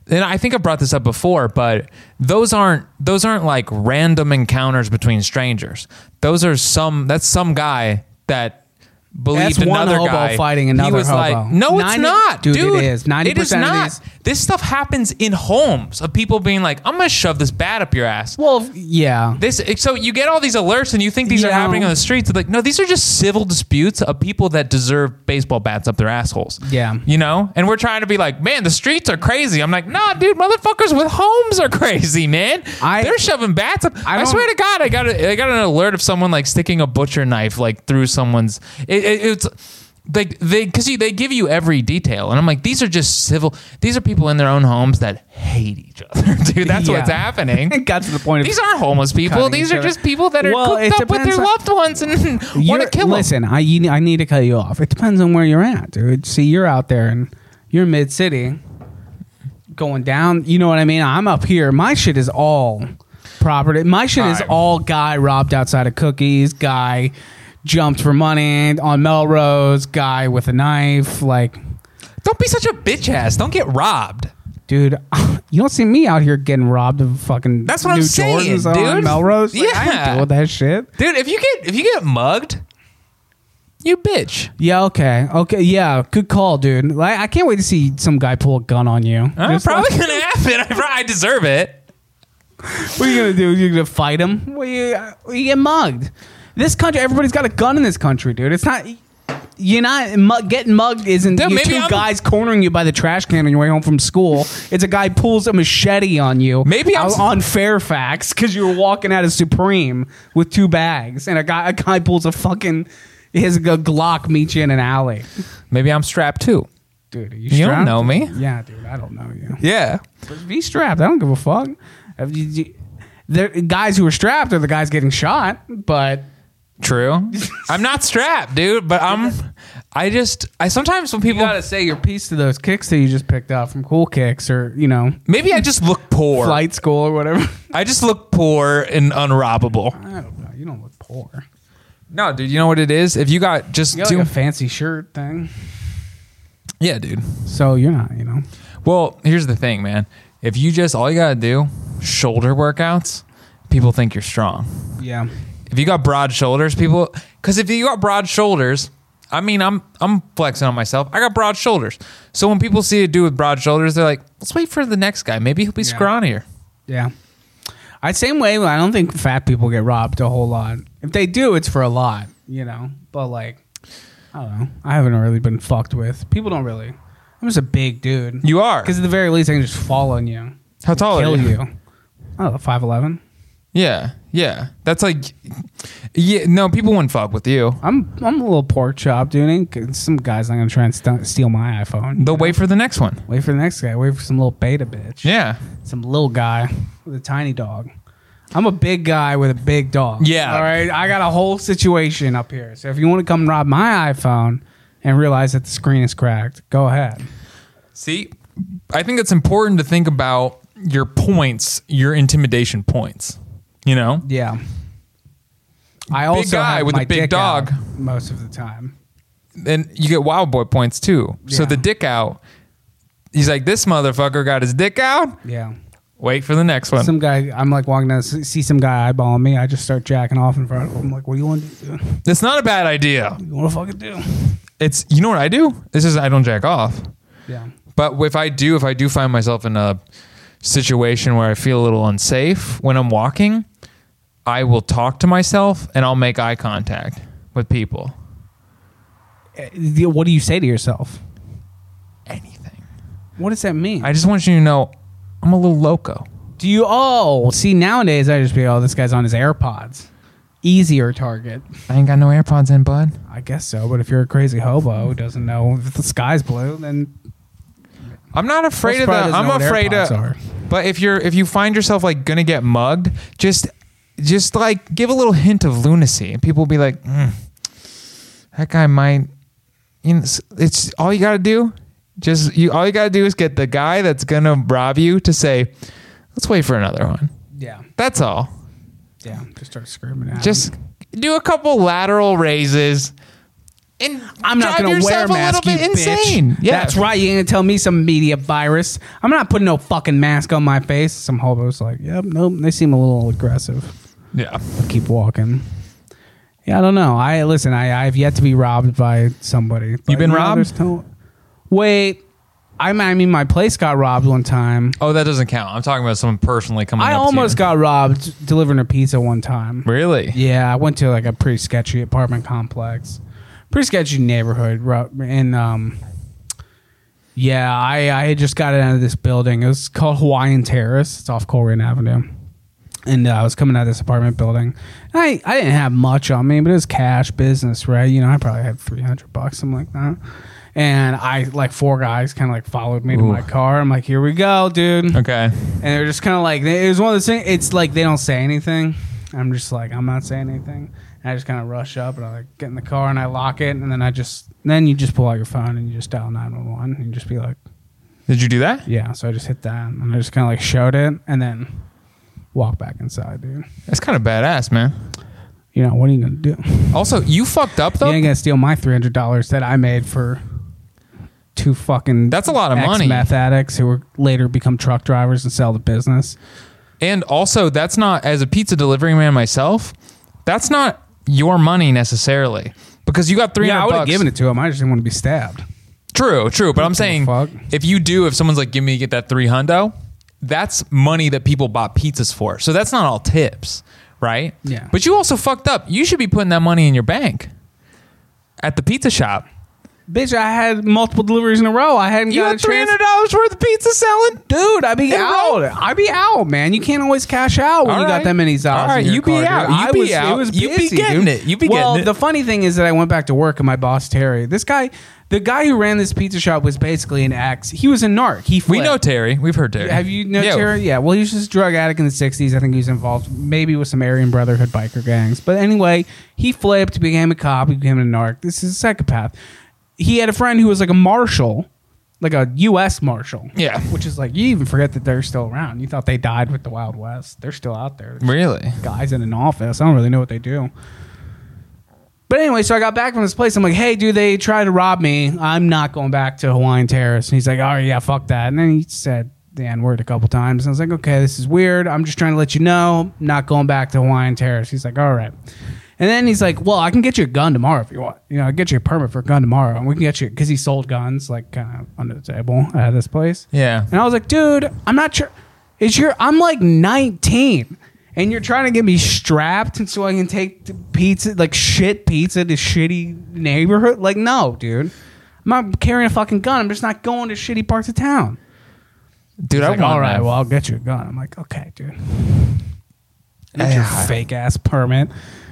Speaker 2: and I think I brought this up before, but those aren't those aren't like random encounters between strangers. Those are some that's some guy that believed
Speaker 1: That's one
Speaker 2: another
Speaker 1: hobo
Speaker 2: guy
Speaker 1: fighting
Speaker 2: He
Speaker 1: another
Speaker 2: was
Speaker 1: hobo.
Speaker 2: like, no, it's
Speaker 1: 90
Speaker 2: not,
Speaker 1: dude, it
Speaker 2: dude.
Speaker 1: is. 90% of
Speaker 2: not.
Speaker 1: these-
Speaker 2: This stuff happens in homes of people being like, I'm gonna shove this bat up your ass
Speaker 1: Well, yeah.
Speaker 2: this so you get all these alerts and you think these are
Speaker 1: Yeah.
Speaker 2: happening on the streets It's like no these are just civil disputes of people that deserve baseball bats up their assholes
Speaker 1: Yeah.
Speaker 2: you know and we're trying to be like man the streets are crazy i'm like nah dude motherfuckers with homes are crazy man
Speaker 1: I-
Speaker 2: they're shoving bats up
Speaker 1: I
Speaker 2: i,
Speaker 1: don't-
Speaker 2: swear to god i got a, i got an alert of someone like sticking a butcher knife like through someone's it, it, it's like they because they give you every detail and i'm like these are just civil these are people in their own homes that hate each other dude that's what's
Speaker 1: Yeah.
Speaker 2: happening
Speaker 1: It got to the point of
Speaker 2: these aren't homeless people.
Speaker 1: Cutting
Speaker 2: These
Speaker 1: each
Speaker 2: are
Speaker 1: other.
Speaker 2: just people that are
Speaker 1: Well, it
Speaker 2: cooked up with
Speaker 1: depends
Speaker 2: their
Speaker 1: on-
Speaker 2: loved ones and want to
Speaker 1: You're-
Speaker 2: kill them.
Speaker 1: listen, I you, I need to cut you off. It depends on where you're at, dude. See, you're out there and you're mid city, going down. You know what I mean? I'm up here. My shit is all property. My shit is
Speaker 2: Alright.
Speaker 1: all guy robbed outside of cookies. Guy jumped for money on Melrose. Guy with a knife. Like,
Speaker 2: Don't be such a bitch ass. Don't get robbed.
Speaker 1: dude, you don't see me out here getting robbed of fucking.
Speaker 2: That's what
Speaker 1: new
Speaker 2: I'm saying,
Speaker 1: Jordans On
Speaker 2: dude.
Speaker 1: Melrose. Like, I
Speaker 2: Yeah.
Speaker 1: don't deal with that shit.
Speaker 2: Dude, if you get if you get mugged, you bitch.
Speaker 1: Yeah. Okay. Okay. Yeah. Good call, dude. Like, I can't wait to see some guy pull a gun on you.
Speaker 2: That's
Speaker 1: Just
Speaker 2: probably
Speaker 1: like-
Speaker 2: gonna happen. I, pro- I deserve it.
Speaker 1: what are you gonna do? You're gonna fight him? Well, you, you get mugged. This country, everybody's got a gun in this country, dude. It's not. You're not mu- getting mugged. Isn't
Speaker 2: Dude,
Speaker 1: you
Speaker 2: maybe
Speaker 1: 2
Speaker 2: I'm-
Speaker 1: guys cornering you by the trash can on your way home from school? It's a guy pulls a machete on you.
Speaker 2: Maybe I'm-
Speaker 1: out on Fairfax because you were walking out of Supreme with two bags, and a guy a guy pulls a fucking his a Glock meets you in an alley.
Speaker 2: Maybe I'm strapped too.
Speaker 1: Dude, are you,
Speaker 2: You don't
Speaker 1: strapped?
Speaker 2: know me.
Speaker 1: Yeah, dude, I don't know you.
Speaker 2: Yeah.
Speaker 1: Be strapped. I don't give a fuck. If you- you- The guys who are strapped are the guys getting shot, but
Speaker 2: True. I'm not strapped, dude, but I'm I just I sometimes when people
Speaker 1: you gotta say your piece to those kicks that you just picked up from Cool Kicks or you know
Speaker 2: maybe I just look poor.
Speaker 1: Flight School or whatever.
Speaker 2: I just look poor and unrobbable.
Speaker 1: I don't know. You don't look poor.
Speaker 2: No, dude, you know what it is? If you got just
Speaker 1: You got
Speaker 2: two
Speaker 1: like a fancy shirt thing,
Speaker 2: Yeah, dude.
Speaker 1: so you're not. You know.
Speaker 2: Well, here's the thing, man. If you just all you gotta do shoulder workouts, people think you're strong.
Speaker 1: Yeah.
Speaker 2: If you got broad shoulders, people because if you got broad shoulders, I mean, I'm I'm flexing on myself. I got broad shoulders, so when people see a dude with broad shoulders, they're like, "Let's wait for the next guy. Maybe he'll be
Speaker 1: Yeah.
Speaker 2: scrawnier."
Speaker 1: Yeah. I same way. I don't think fat people get robbed a whole lot. If they do, it's for a lot, you know. But like, I don't know. I haven't really been fucked with. People don't really. I'm just a big dude.
Speaker 2: You are.
Speaker 1: because at the very least, I can just fall on you,
Speaker 2: How tall
Speaker 1: kill
Speaker 2: are you?
Speaker 1: you. I don't know, five eleven.
Speaker 2: Yeah, yeah. That's like, yeah. No, people wouldn't fuck with you.
Speaker 1: I'm I'm a little pork chop, dude. and Some guy's not gonna try and st- steal my iPhone.
Speaker 2: They'll wait for the next one.
Speaker 1: Wait for the next guy. Wait for some little beta bitch.
Speaker 2: Yeah,
Speaker 1: Some little guy with a tiny dog. I'm a big guy with a big dog.
Speaker 2: Yeah.
Speaker 1: All right. I got a whole situation up here. So if you want to come rob my iPhone and realize that the screen is cracked, go ahead.
Speaker 2: See, I think it's important to think about your points, your intimidation points. You know,
Speaker 1: Yeah. I also
Speaker 2: guy
Speaker 1: have
Speaker 2: with
Speaker 1: my
Speaker 2: a big
Speaker 1: dick
Speaker 2: dog.
Speaker 1: out most of the time.
Speaker 2: then you get wild boy points too. So
Speaker 1: Yeah.
Speaker 2: the dick out. He's like, this motherfucker got his dick out.
Speaker 1: Yeah.
Speaker 2: Wait for the next one.
Speaker 1: Some guy, I'm like walking down, see some guy eyeballing me. I just start jacking off in front of him. I'm like, what do you want to do? What do
Speaker 2: That's not a bad idea.
Speaker 1: you want to fucking do?
Speaker 2: It's you know what I do. This is I don't jack off.
Speaker 1: Yeah.
Speaker 2: But if I do, if I do find myself in a situation where I feel a little unsafe when I'm walking, I will talk to myself and I'll make eye contact with people.
Speaker 1: Eh, What do you say to yourself?
Speaker 2: Anything.
Speaker 1: What does that mean?
Speaker 2: I just want you to know I'm a little loco.
Speaker 1: Do you? Oh, see, nowadays I just be, oh, this guy's on his AirPods. Easier target.
Speaker 2: I ain't got no AirPods in, bud.
Speaker 1: I guess so. But if you're a crazy hobo who doesn't know if the sky's blue, then
Speaker 2: I'm not afraid
Speaker 1: Most probably
Speaker 2: of that.
Speaker 1: doesn't know
Speaker 2: I'm
Speaker 1: what
Speaker 2: afraid of.
Speaker 1: AirPods are.
Speaker 2: But if you're if you find yourself like gonna get mugged, just just like give a little hint of lunacy, and people will be like, "Mm, that guy might. You know, it's, it's all you gotta do. Just you. All you gotta do is get the guy that's gonna rob you to say, let's wait for another one.
Speaker 1: yeah,
Speaker 2: That's all.
Speaker 1: yeah, just start screaming. At
Speaker 2: Just do a couple lateral raises. And
Speaker 1: I'm not
Speaker 2: drive
Speaker 1: gonna wear a
Speaker 2: yourself
Speaker 1: mask.
Speaker 2: A little bit
Speaker 1: you bitch.
Speaker 2: insane. Yeah,
Speaker 1: that's right. You ain't gonna tell me some media virus. I'm not putting no fucking mask on my face. Some hobos like, yep, nope. They seem a little aggressive.
Speaker 2: Yeah.
Speaker 1: Keep walking. Yeah, I don't know. I listen. I I've yet to be robbed by somebody. but,
Speaker 2: been
Speaker 1: you know,
Speaker 2: robbed?
Speaker 1: there's no- wait, I I mean, my place got robbed one time.
Speaker 2: Oh, that doesn't count. I'm talking about someone personally coming.
Speaker 1: I
Speaker 2: up to
Speaker 1: almost
Speaker 2: you.
Speaker 1: got robbed delivering a pizza one time.
Speaker 2: Really?
Speaker 1: Yeah, I went to like a pretty sketchy apartment complex, pretty sketchy neighborhood, ro- and um, yeah, I I had just gotten out of this building. It was called Hawaiian Terrace. It's off Coleraine Avenue, and uh, I was coming out of this apartment building. And I I didn't have much on me, but it was cash business, right? You know, I probably had three hundred bucks, something like that. And I like four guys kind of like followed me to
Speaker 2: Ooh.
Speaker 1: my car. I'm like, here we go, dude
Speaker 2: Okay.
Speaker 1: and they're just kind of like it was one of those things. It's like they don't say anything. I'm just like I'm not saying anything. And I just kind of rush up and I like get in the car and I lock it and then I just then you just pull out your phone and you just dial nine one one and you just be like
Speaker 2: Did you do that?
Speaker 1: yeah. So I just hit that and I just kind of like showed it and then walk back inside, dude.
Speaker 2: That's kind of badass, man.
Speaker 1: You know what are you gonna do?
Speaker 2: Also, you fucked up
Speaker 1: You
Speaker 2: though.
Speaker 1: ain't gonna steal my three hundred dollars that I made for two fucking
Speaker 2: That's a lot of money.
Speaker 1: meth addicts who were later become truck drivers and sell the business.
Speaker 2: and also, that's not as a pizza delivery man myself. That's not your money necessarily because you got three
Speaker 1: Yeah, I
Speaker 2: hundred
Speaker 1: would have
Speaker 2: bucks.
Speaker 1: given it to him. I just didn't want to be stabbed.
Speaker 2: True, true. But I'm
Speaker 1: gives a
Speaker 2: saying
Speaker 1: fuck?
Speaker 2: if you do, if someone's like, "Give me get that three hundo," that's money that people bought pizzas for. So that's not all tips, right?
Speaker 1: Yeah.
Speaker 2: But you also fucked up. You should be putting that money in your bank at the pizza shop.
Speaker 1: Bitch, I had multiple deliveries in a row. I hadn't
Speaker 2: You
Speaker 1: got
Speaker 2: got
Speaker 1: a
Speaker 2: three
Speaker 1: chance.
Speaker 2: hundred dollars worth of pizza selling.
Speaker 1: Dude, I be
Speaker 2: In a
Speaker 1: out.
Speaker 2: row?
Speaker 1: I be out, man. You can't always cash out when
Speaker 2: All
Speaker 1: you
Speaker 2: right.
Speaker 1: got that many
Speaker 2: All
Speaker 1: dollars.
Speaker 2: right,
Speaker 1: in your
Speaker 2: you be
Speaker 1: car, dude.
Speaker 2: out. You
Speaker 1: I
Speaker 2: be
Speaker 1: was,
Speaker 2: out.
Speaker 1: It was
Speaker 2: You be
Speaker 1: busy,
Speaker 2: getting
Speaker 1: dude.
Speaker 2: it. You be
Speaker 1: well,
Speaker 2: getting it.
Speaker 1: the funny thing is that I went back to work and my boss Terry, this guy, the guy who ran this pizza shop, was basically an ex. He was a narc. He
Speaker 2: We
Speaker 1: fled.
Speaker 2: know Terry. We've heard Terry.
Speaker 1: Have you know
Speaker 2: Yeah.
Speaker 1: Terry? Yeah. Well, he was just a drug addict in the '60s. I think he was involved maybe with some Aryan Brotherhood biker gangs. But anyway, he flipped, became a cop, he became a narc. This is a psychopath. He had a friend who was like a marshal, like a U.S. marshal.
Speaker 2: Yeah.
Speaker 1: Which is like you even forget that they're still around. You thought they died with the Wild West. They're still out there. There's
Speaker 2: Really?
Speaker 1: guys in an office. I don't really know what they do. But anyway, so I got back from this place. I'm like, hey, dude, they tried to rob me. I'm not going back to Hawaiian Terrace. And he's like, oh, yeah, fuck that. And then he said the N word a couple times. And I was like, okay, this is weird. I'm just trying to let you know, not going back to Hawaiian Terrace. He's like, all right. And then he's like, "Well, I can get you a gun tomorrow if you want. You know, I'll get you a permit for a gun tomorrow, and we can get you because he sold guns like kind of under the table at this place."
Speaker 2: Yeah.
Speaker 1: And I was like, "Dude, I'm not sure. It's your. I'm like 19, and you're trying to get me strapped and so I can take the pizza, like shit pizza, to shitty neighborhood. Like, no, dude, I'm not carrying a fucking gun. I'm just not going to shitty parts of town."
Speaker 2: Dude, I
Speaker 1: He's like,
Speaker 2: want
Speaker 1: all right,
Speaker 2: that.
Speaker 1: well, I'll get you a gun. I'm like, okay, dude. Get your
Speaker 2: Yeah.
Speaker 1: fake ass permit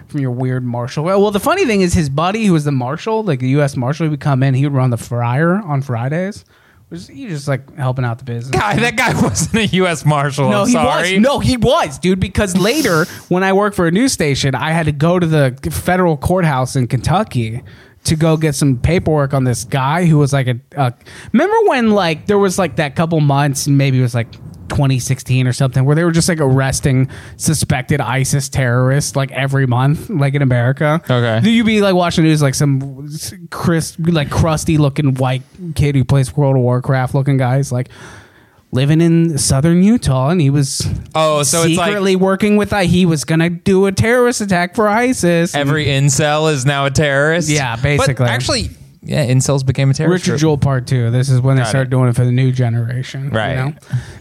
Speaker 1: from your weird marshal. Well, well, the funny thing is, his buddy, who was the marshal, like the U.S. marshal, he would come in. He would run the fryer on Fridays. Was he just like helping out the business?
Speaker 2: guy, that guy wasn't a U.S. Marshal.
Speaker 1: no,
Speaker 2: I'm
Speaker 1: he
Speaker 2: sorry.
Speaker 1: was. No, he was, dude. Because later, when I worked for a news station, I had to go to the federal courthouse in Kentucky to go get some paperwork on this guy who was like a. Uh, remember when like there was like that couple months, maybe it was like. 2016 or something where they were just like arresting suspected ISIS terrorists like every month like in America.
Speaker 2: Okay.
Speaker 1: Do you be like watching news like some crisp like crusty looking white kid who plays World of Warcraft looking guys like living in southern Utah, and he was
Speaker 2: Oh, so it's like-
Speaker 1: secretly working with I. He was gonna do a terrorist attack for ISIS.
Speaker 2: Every incel is now a terrorist.
Speaker 1: Yeah,
Speaker 2: But
Speaker 1: basically.
Speaker 2: actually, yeah, incels became a terrorist.
Speaker 1: Richard
Speaker 2: group.
Speaker 1: Jewell Part Two. This is when they
Speaker 2: Got
Speaker 1: started
Speaker 2: it.
Speaker 1: doing it for the new generation,
Speaker 2: Right.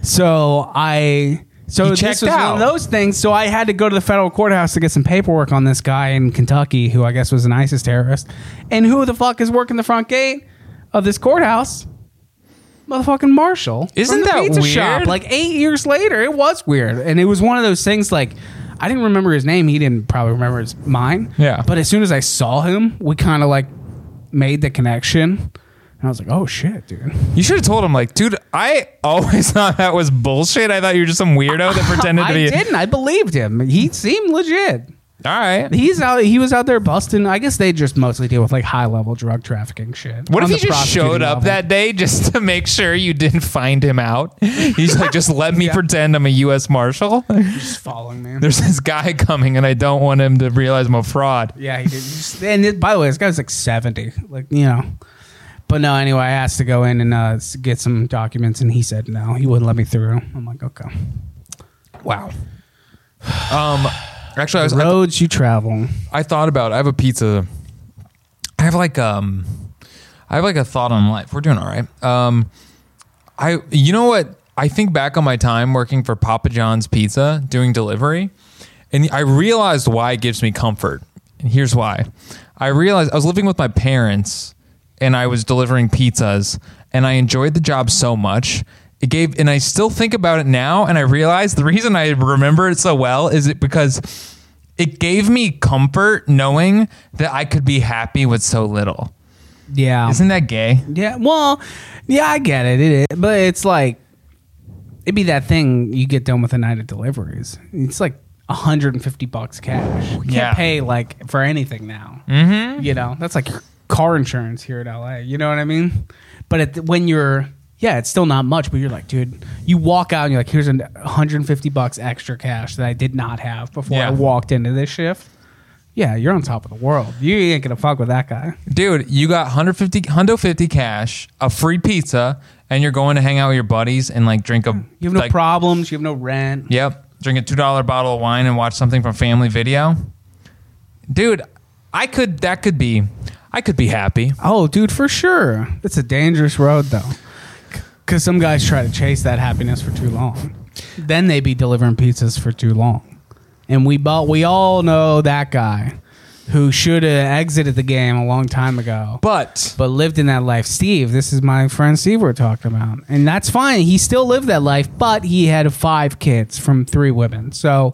Speaker 1: So I. So
Speaker 2: You
Speaker 1: this
Speaker 2: checked
Speaker 1: was one
Speaker 2: out.
Speaker 1: of those things. So I had to go to the federal courthouse to get some paperwork on this guy in Kentucky, who I guess was an ISIS terrorist, and who the fuck is working the front gate of this courthouse? Motherfucking Marshall. from
Speaker 2: Isn't
Speaker 1: the
Speaker 2: that
Speaker 1: pizza Shop.
Speaker 2: weird?
Speaker 1: Like eight years later, it was weird, and it was one of those things. Like I didn't remember his name. He didn't probably remember his mine.
Speaker 2: Yeah.
Speaker 1: But as soon as I saw him, we kind of like made the connection. And I was like, oh shit, dude.
Speaker 2: You should have told him, like, dude, I always thought that was bullshit. I thought you were just some weirdo that pretended
Speaker 1: I
Speaker 2: to be.
Speaker 1: didn't. I believed him. He seemed legit.
Speaker 2: All right.
Speaker 1: He's out. He was out there busting. I guess they just mostly deal with like high level drug trafficking shit. On
Speaker 2: What if
Speaker 1: the
Speaker 2: he just
Speaker 1: prosecuting
Speaker 2: showed up
Speaker 1: level.
Speaker 2: that day just to make sure you didn't find him out? He's like, just let me pretend I'm a U.S. Marshal.
Speaker 1: just following me?
Speaker 2: There's this guy coming, and I don't want him to realize I'm a fraud.
Speaker 1: Yeah, he did. He just- And it, by the way, this guy's like seventy. Like you know. But no, anyway, I asked to go in and uh, s- get some documents, and he said no. He wouldn't let me through. I'm like, okay.
Speaker 2: Wow. Um, actually, I was I
Speaker 1: Roads you travel.
Speaker 2: I thought about. I have a pizza. I have like um, I have like a thought on life. We're doing all right. Um, I you know what? I think back on my time working for Papa John's Pizza doing delivery, and I realized why it gives me comfort. And here's why. I realized I was living with my parents, and I was delivering pizzas, and I enjoyed the job so much. It gave, and I still think about it now, and I realize the reason I remember it so well is it because it gave me comfort knowing that I could be happy with so little.
Speaker 1: Yeah.
Speaker 2: Isn't that gay?
Speaker 1: Yeah. Well, yeah, I get it. It is, but it's like it'd be that thing you get done with a night of deliveries. It's like 150 bucks cash. You can't
Speaker 2: Yeah.
Speaker 1: pay like for anything now. Mm-hmm. You know, that's like your car insurance here in LA. You know what I mean? But it, when you're yeah, it's still not much, but you're like, dude, you walk out and you're like, here's an 150 bucks extra cash that I did not have before
Speaker 2: Yeah.
Speaker 1: I walked into this shift. Yeah, you're on top of the world. You ain't gonna fuck with that guy.
Speaker 2: Dude, you got 150 hundo 50 cash, a free pizza, and you're going to hang out with your buddies and like drink a
Speaker 1: You have no
Speaker 2: like-
Speaker 1: problems. You have no rent.
Speaker 2: Yep. Drink a $2 bottle of wine and watch something from family video. Dude, I could that could be I could be happy.
Speaker 1: Oh, dude, for sure. It's a dangerous road, though. Because some guys try to chase that happiness for too long. Then they be delivering pizzas for too long. And we, bo- we all know that guy who should have exited the game a long time ago, but,
Speaker 2: But
Speaker 1: lived in that life. Steve, this is my friend Steve we're talking about. And that's fine. He still lived that life, but he had five kids from three women. So.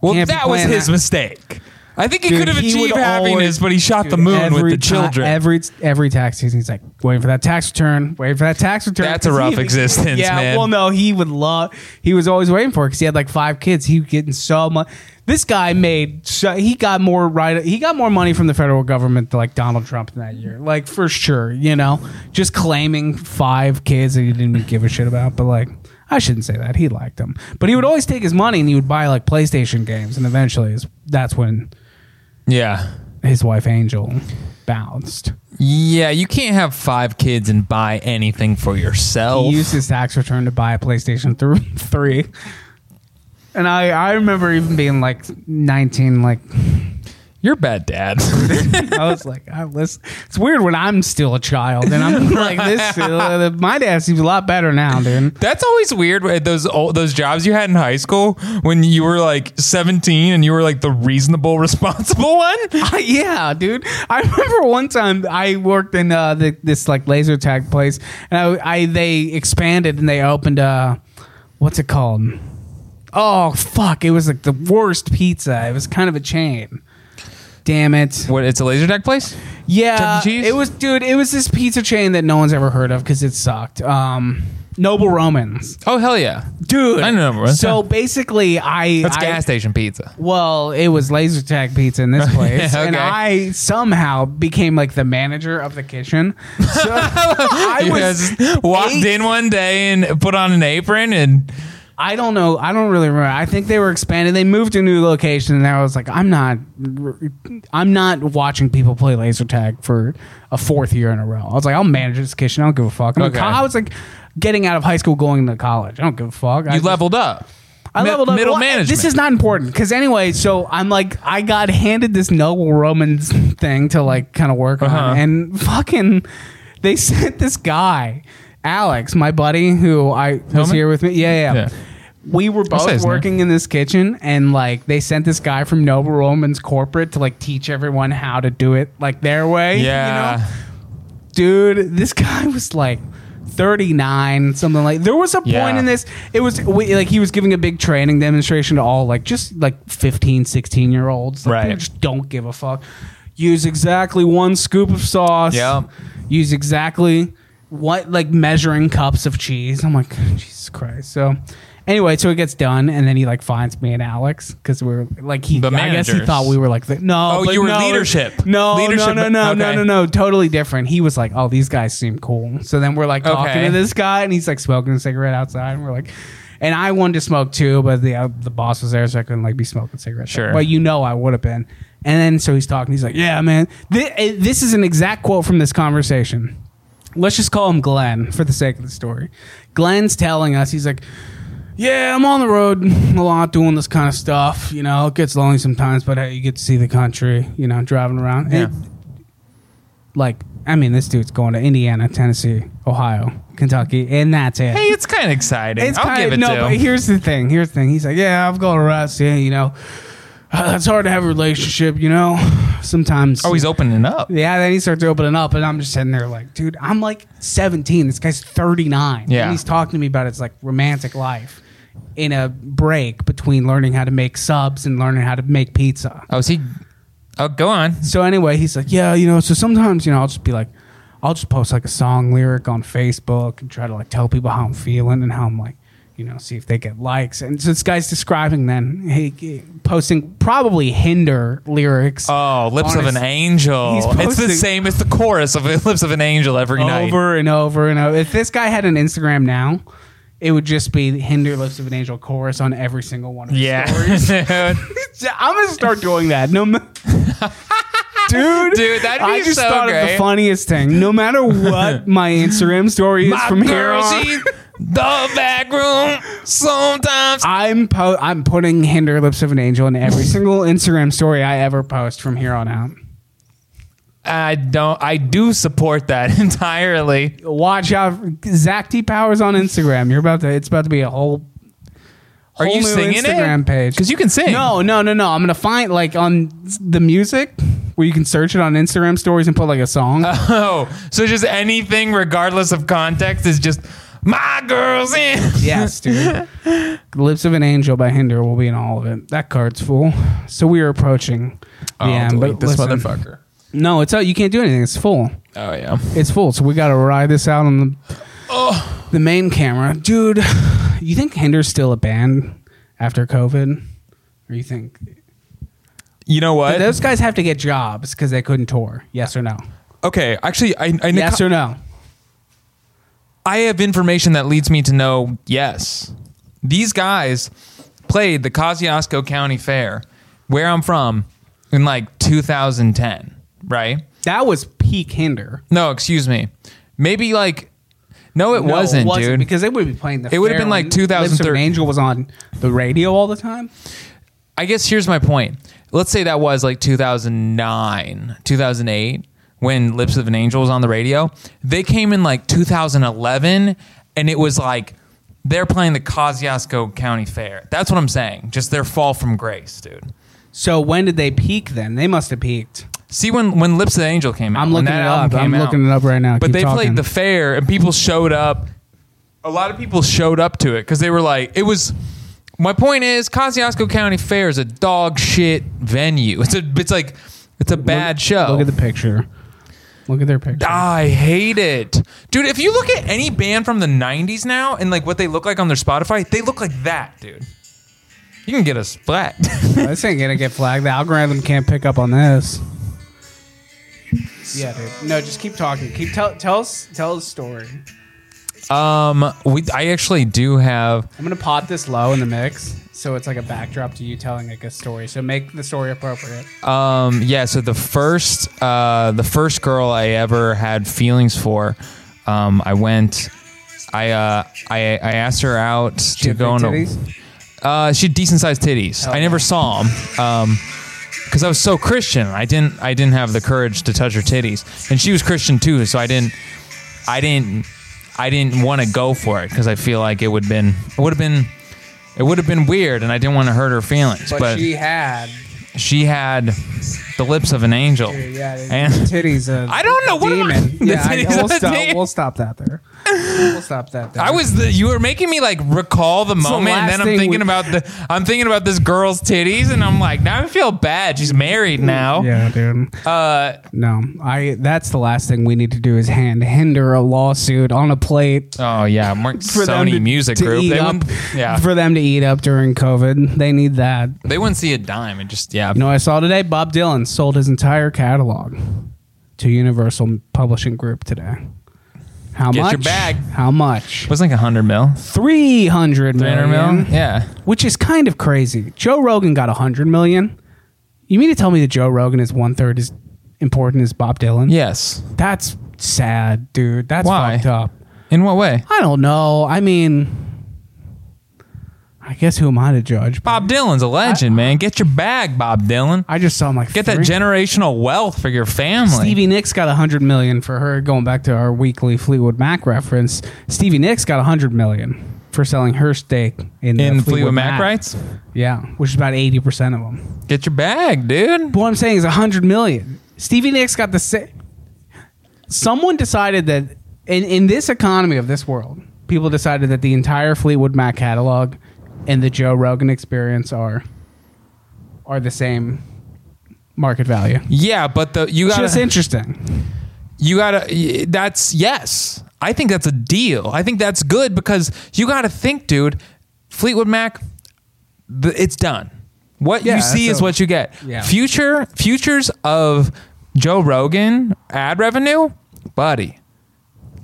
Speaker 2: well
Speaker 1: can't be
Speaker 2: that was
Speaker 1: playing
Speaker 2: his
Speaker 1: that.
Speaker 2: mistake. I think he
Speaker 1: Dude,
Speaker 2: could have
Speaker 1: he would
Speaker 2: achieved happiness,
Speaker 1: always-
Speaker 2: but he shot the
Speaker 1: Dude,
Speaker 2: moon with
Speaker 1: every
Speaker 2: the
Speaker 1: ti-
Speaker 2: children.
Speaker 1: every every tax season, he's like waiting for that tax return, waiting for that tax return.
Speaker 2: That's a
Speaker 1: 'Cause he-
Speaker 2: rough existence,
Speaker 1: yeah,
Speaker 2: man.
Speaker 1: well, no, he would love. He was always waiting for it because he had like five kids. He was getting so much. This guy made so he got more right. He got more money from the federal government than like Donald Trump in that year, like for sure. You know, just claiming five kids that he didn't even give a shit about, but like. I shouldn't say that. He liked them, but he would always take his money and he would buy like PlayStation games, and eventually, his, that's when
Speaker 2: yeah.
Speaker 1: his wife Angel bounced.
Speaker 2: Yeah, you can't have five kids and buy anything for yourself.
Speaker 1: He used his tax return to buy a PlayStation through three. And I, I remember even being like nineteen, like
Speaker 2: You're a bad dad.
Speaker 1: I was like, I was, it's weird when I'm still a child and I'm like this. uh, my dad seems a lot better now, dude.
Speaker 2: That's always weird. with Those old, those jobs you had in high school when you were like 17 and you were like the reasonable, responsible one.
Speaker 1: I- yeah, dude. I remember one time I worked in uh, the, this like laser tag place, and I, I they expanded and they opened uh, what's it called? Oh fuck! It was like the worst pizza. It was kind of a chain. Damn it!
Speaker 2: What? It's a laser tag place.
Speaker 1: Yeah,
Speaker 2: Chuck E. Cheese?
Speaker 1: it was, dude. It was this pizza chain that no one's ever heard of because it sucked. Um, Noble Romans,
Speaker 2: Oh hell yeah!
Speaker 1: dude.
Speaker 2: I know Noble Romans,
Speaker 1: So basically, I
Speaker 2: That's
Speaker 1: I-
Speaker 2: gas station pizza.
Speaker 1: Well, it was laser tag pizza in this place,
Speaker 2: okay.
Speaker 1: and I somehow became like the manager of the kitchen. So I
Speaker 2: You
Speaker 1: was.
Speaker 2: guys walked
Speaker 1: eight-
Speaker 2: in one day and put on an apron and
Speaker 1: I don't know. I don't really remember. I think they were expanded. They moved to a new location, and I was like, I'm not. I'm not watching people play laser tag for a fourth year in a row. I was like, I'll manage this kitchen. I don't give a fuck. I'm a
Speaker 2: Okay.
Speaker 1: co- I was like. Getting out of high school, going to college. I don't give a fuck. I
Speaker 2: you
Speaker 1: just-
Speaker 2: leveled up.
Speaker 1: I
Speaker 2: Mi-
Speaker 1: leveled up.
Speaker 2: Middle
Speaker 1: Well,
Speaker 2: management.
Speaker 1: This is not important because anyway, so I'm like, I got handed this noble Romans thing to like kind of work
Speaker 2: Uh-huh.
Speaker 1: on, and fucking, they sent this guy, Alex, my buddy, who I was
Speaker 2: Hillman?
Speaker 1: here with me. Yeah, yeah.
Speaker 2: Yeah.
Speaker 1: We were
Speaker 2: say
Speaker 1: both
Speaker 2: his name.
Speaker 1: working in this kitchen, and like they sent this guy from Noble Romans corporate to like teach everyone how to do it like their way. you
Speaker 2: yeah.
Speaker 1: know? dude this guy was like 39 something like there was a
Speaker 2: Yeah.
Speaker 1: point in this it was we, like he was giving a big training demonstration to all like just like 15 16 year olds like,
Speaker 2: Right.
Speaker 1: people just don't give a fuck use exactly one scoop of sauce
Speaker 2: Yeah.
Speaker 1: use exactly what like measuring cups of cheese i'm like jesus christ so anyway so it gets done and then he like finds me and alex because we're like he
Speaker 2: The
Speaker 1: i guess he
Speaker 2: managers.
Speaker 1: thought we were like the, no
Speaker 2: Oh,
Speaker 1: but
Speaker 2: you were
Speaker 1: no,
Speaker 2: leadership.
Speaker 1: no
Speaker 2: Leadership,
Speaker 1: no no no no
Speaker 2: okay.
Speaker 1: no no no, totally different. He was like, "Oh, these guys seem cool." So then we're like talking
Speaker 2: Okay.
Speaker 1: to this guy, and he's like smoking a cigarette outside, and we're like, and I wanted to smoke too, but the uh, the boss was there, so I couldn't like be smoking cigarettes.
Speaker 2: Sure.
Speaker 1: but you know I would have been. And then so he's talking. He's like, "Yeah, man, Thi- eh, this is an exact quote from this conversation. Let's just call him Glenn for the sake of the story. Glenn's telling us he's like." Yeah, I'm on the road a lot doing this kind of stuff. You know, it gets lonely sometimes, but hey, you get to see the country, you know, driving around. And
Speaker 2: Yeah.
Speaker 1: like I mean, this dude's going to Indiana, Tennessee, Ohio, Kentucky, and that's it.
Speaker 2: Hey, it's kind of exciting.
Speaker 1: it's
Speaker 2: I'll
Speaker 1: kinda-
Speaker 2: give it
Speaker 1: no,
Speaker 2: to
Speaker 1: but
Speaker 2: him.
Speaker 1: here's the thing. Here's the thing. He's like, yeah, I'm going to rest. Yeah, you know, uh, it's hard to have a relationship. You know, sometimes.
Speaker 2: Oh, he's opening up.
Speaker 1: yeah, then he starts opening up, and I'm just sitting there like, dude, I'm like 17. This guy's 39.
Speaker 2: Yeah.
Speaker 1: And he's talking to me about his like romantic life in a break between learning how to make subs and learning how to make pizza.
Speaker 2: Oh, is he? Oh, go on.
Speaker 1: So anyway, he's like, yeah, you know. So sometimes, you know, I'll just be like, I'll just post like a song lyric on Facebook and try to like tell people how I'm feeling and how I'm like, you know, see if they get likes. And so this guy's describing then he, he- posting probably hinder lyrics.
Speaker 2: Oh, lips of
Speaker 1: Honest-
Speaker 2: an angel.
Speaker 1: He's
Speaker 2: It's the
Speaker 1: posting-
Speaker 2: same. It's the chorus of lips of an angel every night.
Speaker 1: over and over and over. If this guy had an Instagram now, it would just be Hinder Lips of an Angel chorus on every single one of his
Speaker 2: Yeah,
Speaker 1: stories.
Speaker 2: dude,
Speaker 1: I'm gonna start doing that. No, ma- dude,
Speaker 2: Dude, that'd be
Speaker 1: I just
Speaker 2: so
Speaker 1: thought of
Speaker 2: great.
Speaker 1: the funniest thing. No matter what my Instagram story is
Speaker 2: My
Speaker 1: from here
Speaker 2: girl,
Speaker 1: on,
Speaker 2: she- the back room sometimes.
Speaker 1: I'm po- I'm putting hinder lips of an angel in every single Instagram story I ever post from here on out.
Speaker 2: I don't. I do support that entirely.
Speaker 1: Watch out, Zach T Powers on Instagram. You're about to. It's about to be a whole.
Speaker 2: Are
Speaker 1: whole
Speaker 2: you
Speaker 1: new
Speaker 2: singing
Speaker 1: Instagram
Speaker 2: it?
Speaker 1: page?
Speaker 2: Because you can sing.
Speaker 1: No, no, no, no. I'm gonna find like on the music where you can search it on Instagram stories and put like a song.
Speaker 2: Oh, so just anything, regardless of context, is just my girls in.
Speaker 1: yes, dude. Lips of an Angel by Hinder will be in all of it. That card's full. So we are approaching
Speaker 2: Oh,
Speaker 1: the end. But listen,
Speaker 2: motherfucker.
Speaker 1: No, it's out. You can't do anything. It's full.
Speaker 2: Oh yeah.
Speaker 1: It's full. So we got to ride this out on the the main camera, dude. You think Hinder's still a band after COVID, or you think
Speaker 2: You know what?
Speaker 1: those guys have to get jobs because they couldn't tour? Yes or no?
Speaker 2: okay, actually, I I,
Speaker 1: Yes or no?
Speaker 2: I have information that leads me to know yes. These guys played the Kosciuszko County Fair, where I'm from, in like 2010, right?
Speaker 1: That was peak Hinder.
Speaker 2: No, excuse me. Maybe like no, it
Speaker 1: No,
Speaker 2: wasn't, dude.
Speaker 1: Because they would be playing the.
Speaker 2: It would've
Speaker 1: fair
Speaker 2: been like
Speaker 1: when Lips of an
Speaker 2: 2013.
Speaker 1: Angel was on the radio all the time.
Speaker 2: I guess here's my point. let's say that was like 2009, 2008 when Lips of an Angel was on the radio. They came in like 2011 and it was like they're playing the Kosciuszko County Fair. That's what I'm saying. Just their fall from grace, dude.
Speaker 1: So when did they peak then? They must have peaked.
Speaker 2: See when when Lips of the Angel came out.
Speaker 1: I'm
Speaker 2: when
Speaker 1: looking
Speaker 2: that
Speaker 1: it
Speaker 2: album
Speaker 1: up. I'm
Speaker 2: came out.
Speaker 1: looking it up right now.
Speaker 2: But
Speaker 1: Keep
Speaker 2: they
Speaker 1: talking.
Speaker 2: played the fair and people showed up. A lot of people showed up to it because they were like, it was. My point is, Kosciuszko County Fair is a dog shit venue. It's a, it's like, it's a bad show. Ah.
Speaker 1: Look at the picture. Look at their picture.
Speaker 2: I hate it. Dude, if you look at any band from the 90s now and like what they look like on their Spotify, they look like that, dude. You can get us flagged.
Speaker 1: this ain't gonna get flagged. The algorithm can't pick up on this. Yeah, dude. No, just keep talking. Keep tell tell us tell the story.
Speaker 2: um, we I actually do have
Speaker 1: I'm gonna pot this low in the mix, so it's like a backdrop to you telling like a story. So make the story appropriate.
Speaker 2: um yeah, so the first uh the first girl I ever had feelings for, um I went I uh I I asked her out to
Speaker 1: had
Speaker 2: go on
Speaker 1: big
Speaker 2: a
Speaker 1: titties?
Speaker 2: Uh, she had decent sized titties. I never saw them. Um, because I was so Christian, I didn't I didn't have the courage to touch her titties, and she was Christian too, so I didn't I didn't I didn't want to go for it because I feel like it would been it would have been it would have been weird, and I didn't want to hurt her feelings. But,
Speaker 1: But, she had
Speaker 2: she had the lips of an angel.
Speaker 1: dude, yeah, dude,
Speaker 2: And-
Speaker 1: titties. I
Speaker 2: I don't know, what am I-
Speaker 1: demon.
Speaker 2: the
Speaker 1: yeah, I-
Speaker 2: titties
Speaker 1: we'll,
Speaker 2: of a
Speaker 1: stop,
Speaker 2: demon.
Speaker 1: we'll stop that there. We'll stop that there.
Speaker 2: I was the, you were making me like recall the
Speaker 1: the
Speaker 2: moment, and
Speaker 1: last
Speaker 2: then I'm
Speaker 1: thing
Speaker 2: thinking
Speaker 1: we-
Speaker 2: about the I'm thinking about this girl's titties, and I'm like, now I feel bad. She's married now.
Speaker 1: Yeah, dude.
Speaker 2: Uh,
Speaker 1: No, I. That's the last thing we need to do is hand hinder a lawsuit on a plate
Speaker 2: Oh yeah, Mark Sony
Speaker 1: to-
Speaker 2: Music
Speaker 1: to
Speaker 2: Group.
Speaker 1: eat
Speaker 2: They
Speaker 1: up,
Speaker 2: wouldn't, yeah,
Speaker 1: for them to eat up during COVID. They need that.
Speaker 2: they wouldn't see a dime. It just yeah.
Speaker 1: You know, what I saw today Bob Dylan sold his entire catalog to Universal Publishing Group today. How
Speaker 2: Get
Speaker 1: much?
Speaker 2: your bag.
Speaker 1: How much?
Speaker 2: It was like a hundred mil,
Speaker 1: 300
Speaker 2: three hundred mil.
Speaker 1: million,
Speaker 2: Yeah,
Speaker 1: which is kind of crazy. Joe Rogan got 100 million. You mean to tell me that Joe Rogan is one third as important as Bob Dylan?
Speaker 2: yes.
Speaker 1: That's sad, dude. That's
Speaker 2: Why?
Speaker 1: fucked up.
Speaker 2: In what way?
Speaker 1: I don't know. I mean, I guess who am I to judge?
Speaker 2: Bob Dylan's a legend, man. Get your bag, Bob Dylan.
Speaker 1: I just saw him like
Speaker 2: Get that
Speaker 1: three-
Speaker 2: generational wealth for your family.
Speaker 1: Stevie Nicks got a hundred million for her. Going back to our weekly Fleetwood Mac reference, Stevie Nicks got a hundred million for selling her stake in, the
Speaker 2: in Fleetwood, Mac rights.
Speaker 1: Yeah, which is about eighty percent of them.
Speaker 2: Get your bag, dude.
Speaker 1: But what I'm saying is a hundred million. Stevie Nicks got the same. Someone decided that in in this economy of this world, people decided that the entire Fleetwood Mac catalog and the Joe Rogan Experience are are the same market value.
Speaker 2: Yeah, but the you
Speaker 1: Just
Speaker 2: gotta
Speaker 1: interesting.
Speaker 2: you gotta. y- That's yes. I think that's a deal. I think that's good because you gotta think, dude. Fleetwood Mac, the, it's done. What
Speaker 1: Yeah,
Speaker 2: you see
Speaker 1: that's
Speaker 2: is
Speaker 1: a-
Speaker 2: what you get.
Speaker 1: Yeah.
Speaker 2: Future futures of Joe Rogan ad revenue, buddy.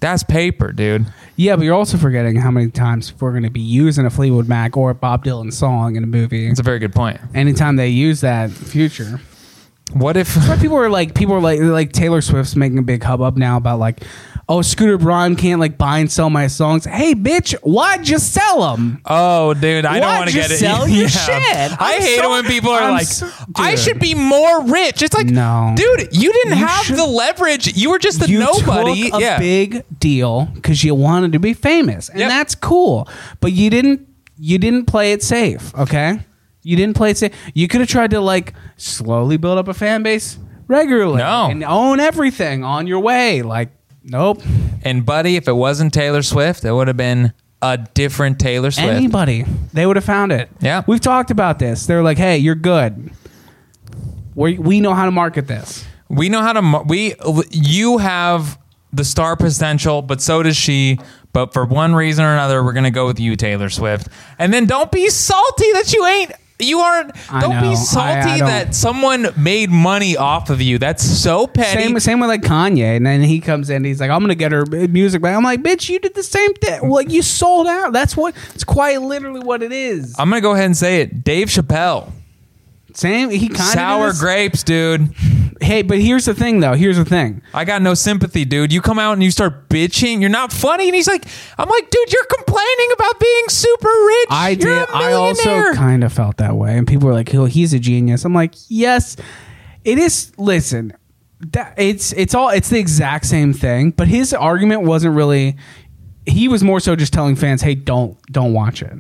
Speaker 2: That's paper, dude.
Speaker 1: Yeah, but you're also forgetting how many times we're going to be using a Fleetwood Mac or a Bob Dylan song in a movie.
Speaker 2: That's a very good point.
Speaker 1: Anytime they use that future,
Speaker 2: What if
Speaker 1: but people are like, people are like, like Taylor Swift's making a big hubbub now about like, oh, Scooter Braun can't like buy and sell my songs. Hey, bitch, why just sell them?
Speaker 2: Oh, dude, I don't
Speaker 1: Why
Speaker 2: want to
Speaker 1: just
Speaker 2: get it.
Speaker 1: sell your shit?
Speaker 2: I
Speaker 1: I'm
Speaker 2: hate
Speaker 1: so-
Speaker 2: it when people are
Speaker 1: I'm
Speaker 2: like,
Speaker 1: so-
Speaker 2: "I
Speaker 1: dude.
Speaker 2: should be more rich." It's like,
Speaker 1: No.
Speaker 2: dude, you didn't
Speaker 1: You
Speaker 2: have
Speaker 1: should-
Speaker 2: the leverage. You were just a
Speaker 1: you
Speaker 2: nobody.
Speaker 1: took a
Speaker 2: yeah,
Speaker 1: big deal because you wanted to be famous, and
Speaker 2: Yep.
Speaker 1: that's cool. But you didn't. You didn't play it safe. Okay, you didn't play it safe. You could have tried to like slowly build up a fan base regularly
Speaker 2: No.
Speaker 1: and own everything on your way. Like, nope.
Speaker 2: and buddy, if it wasn't Taylor Swift, it would have been a different Taylor Swift.
Speaker 1: Anybody, they would have found it.
Speaker 2: Yeah.
Speaker 1: we've talked about this. They're like, hey, you're good. We we know how to market this.
Speaker 2: we know how to. mar- We you have the star potential, but so does she. But for one reason or another, we're gonna go with you, Taylor Swift. And then don't be salty that you ain't. You aren't.
Speaker 1: I
Speaker 2: Don't
Speaker 1: know. I- I
Speaker 2: be salty
Speaker 1: don't-
Speaker 2: that someone made money off of you. That's so petty.
Speaker 1: Same, same with like Kanye, and then he comes in. He's like, "I'm gonna get her music back." I'm like, "Bitch, you did the same thing. Like you sold out. That's what. It's quite literally what it is.
Speaker 2: I'm gonna go ahead and say it. Dave Chappelle,
Speaker 1: Same. He kind of
Speaker 2: sour grapes, dude.
Speaker 1: Hey, but here's the thing, though. Here's the thing.
Speaker 2: I got no sympathy, dude. You come out and you start bitching. You're not funny. And he's like, I'm like, dude, you're complaining about being super rich.
Speaker 1: I
Speaker 2: You're
Speaker 1: did.
Speaker 2: a
Speaker 1: I also
Speaker 2: millionaire."
Speaker 1: kind of felt that way, and people were like, "Oh, he's a genius." I'm like, "Yes, it is." Listen, that it's it's all it's the exact same thing. But his argument wasn't really. He was more so just telling fans, "Hey, don't don't watch it,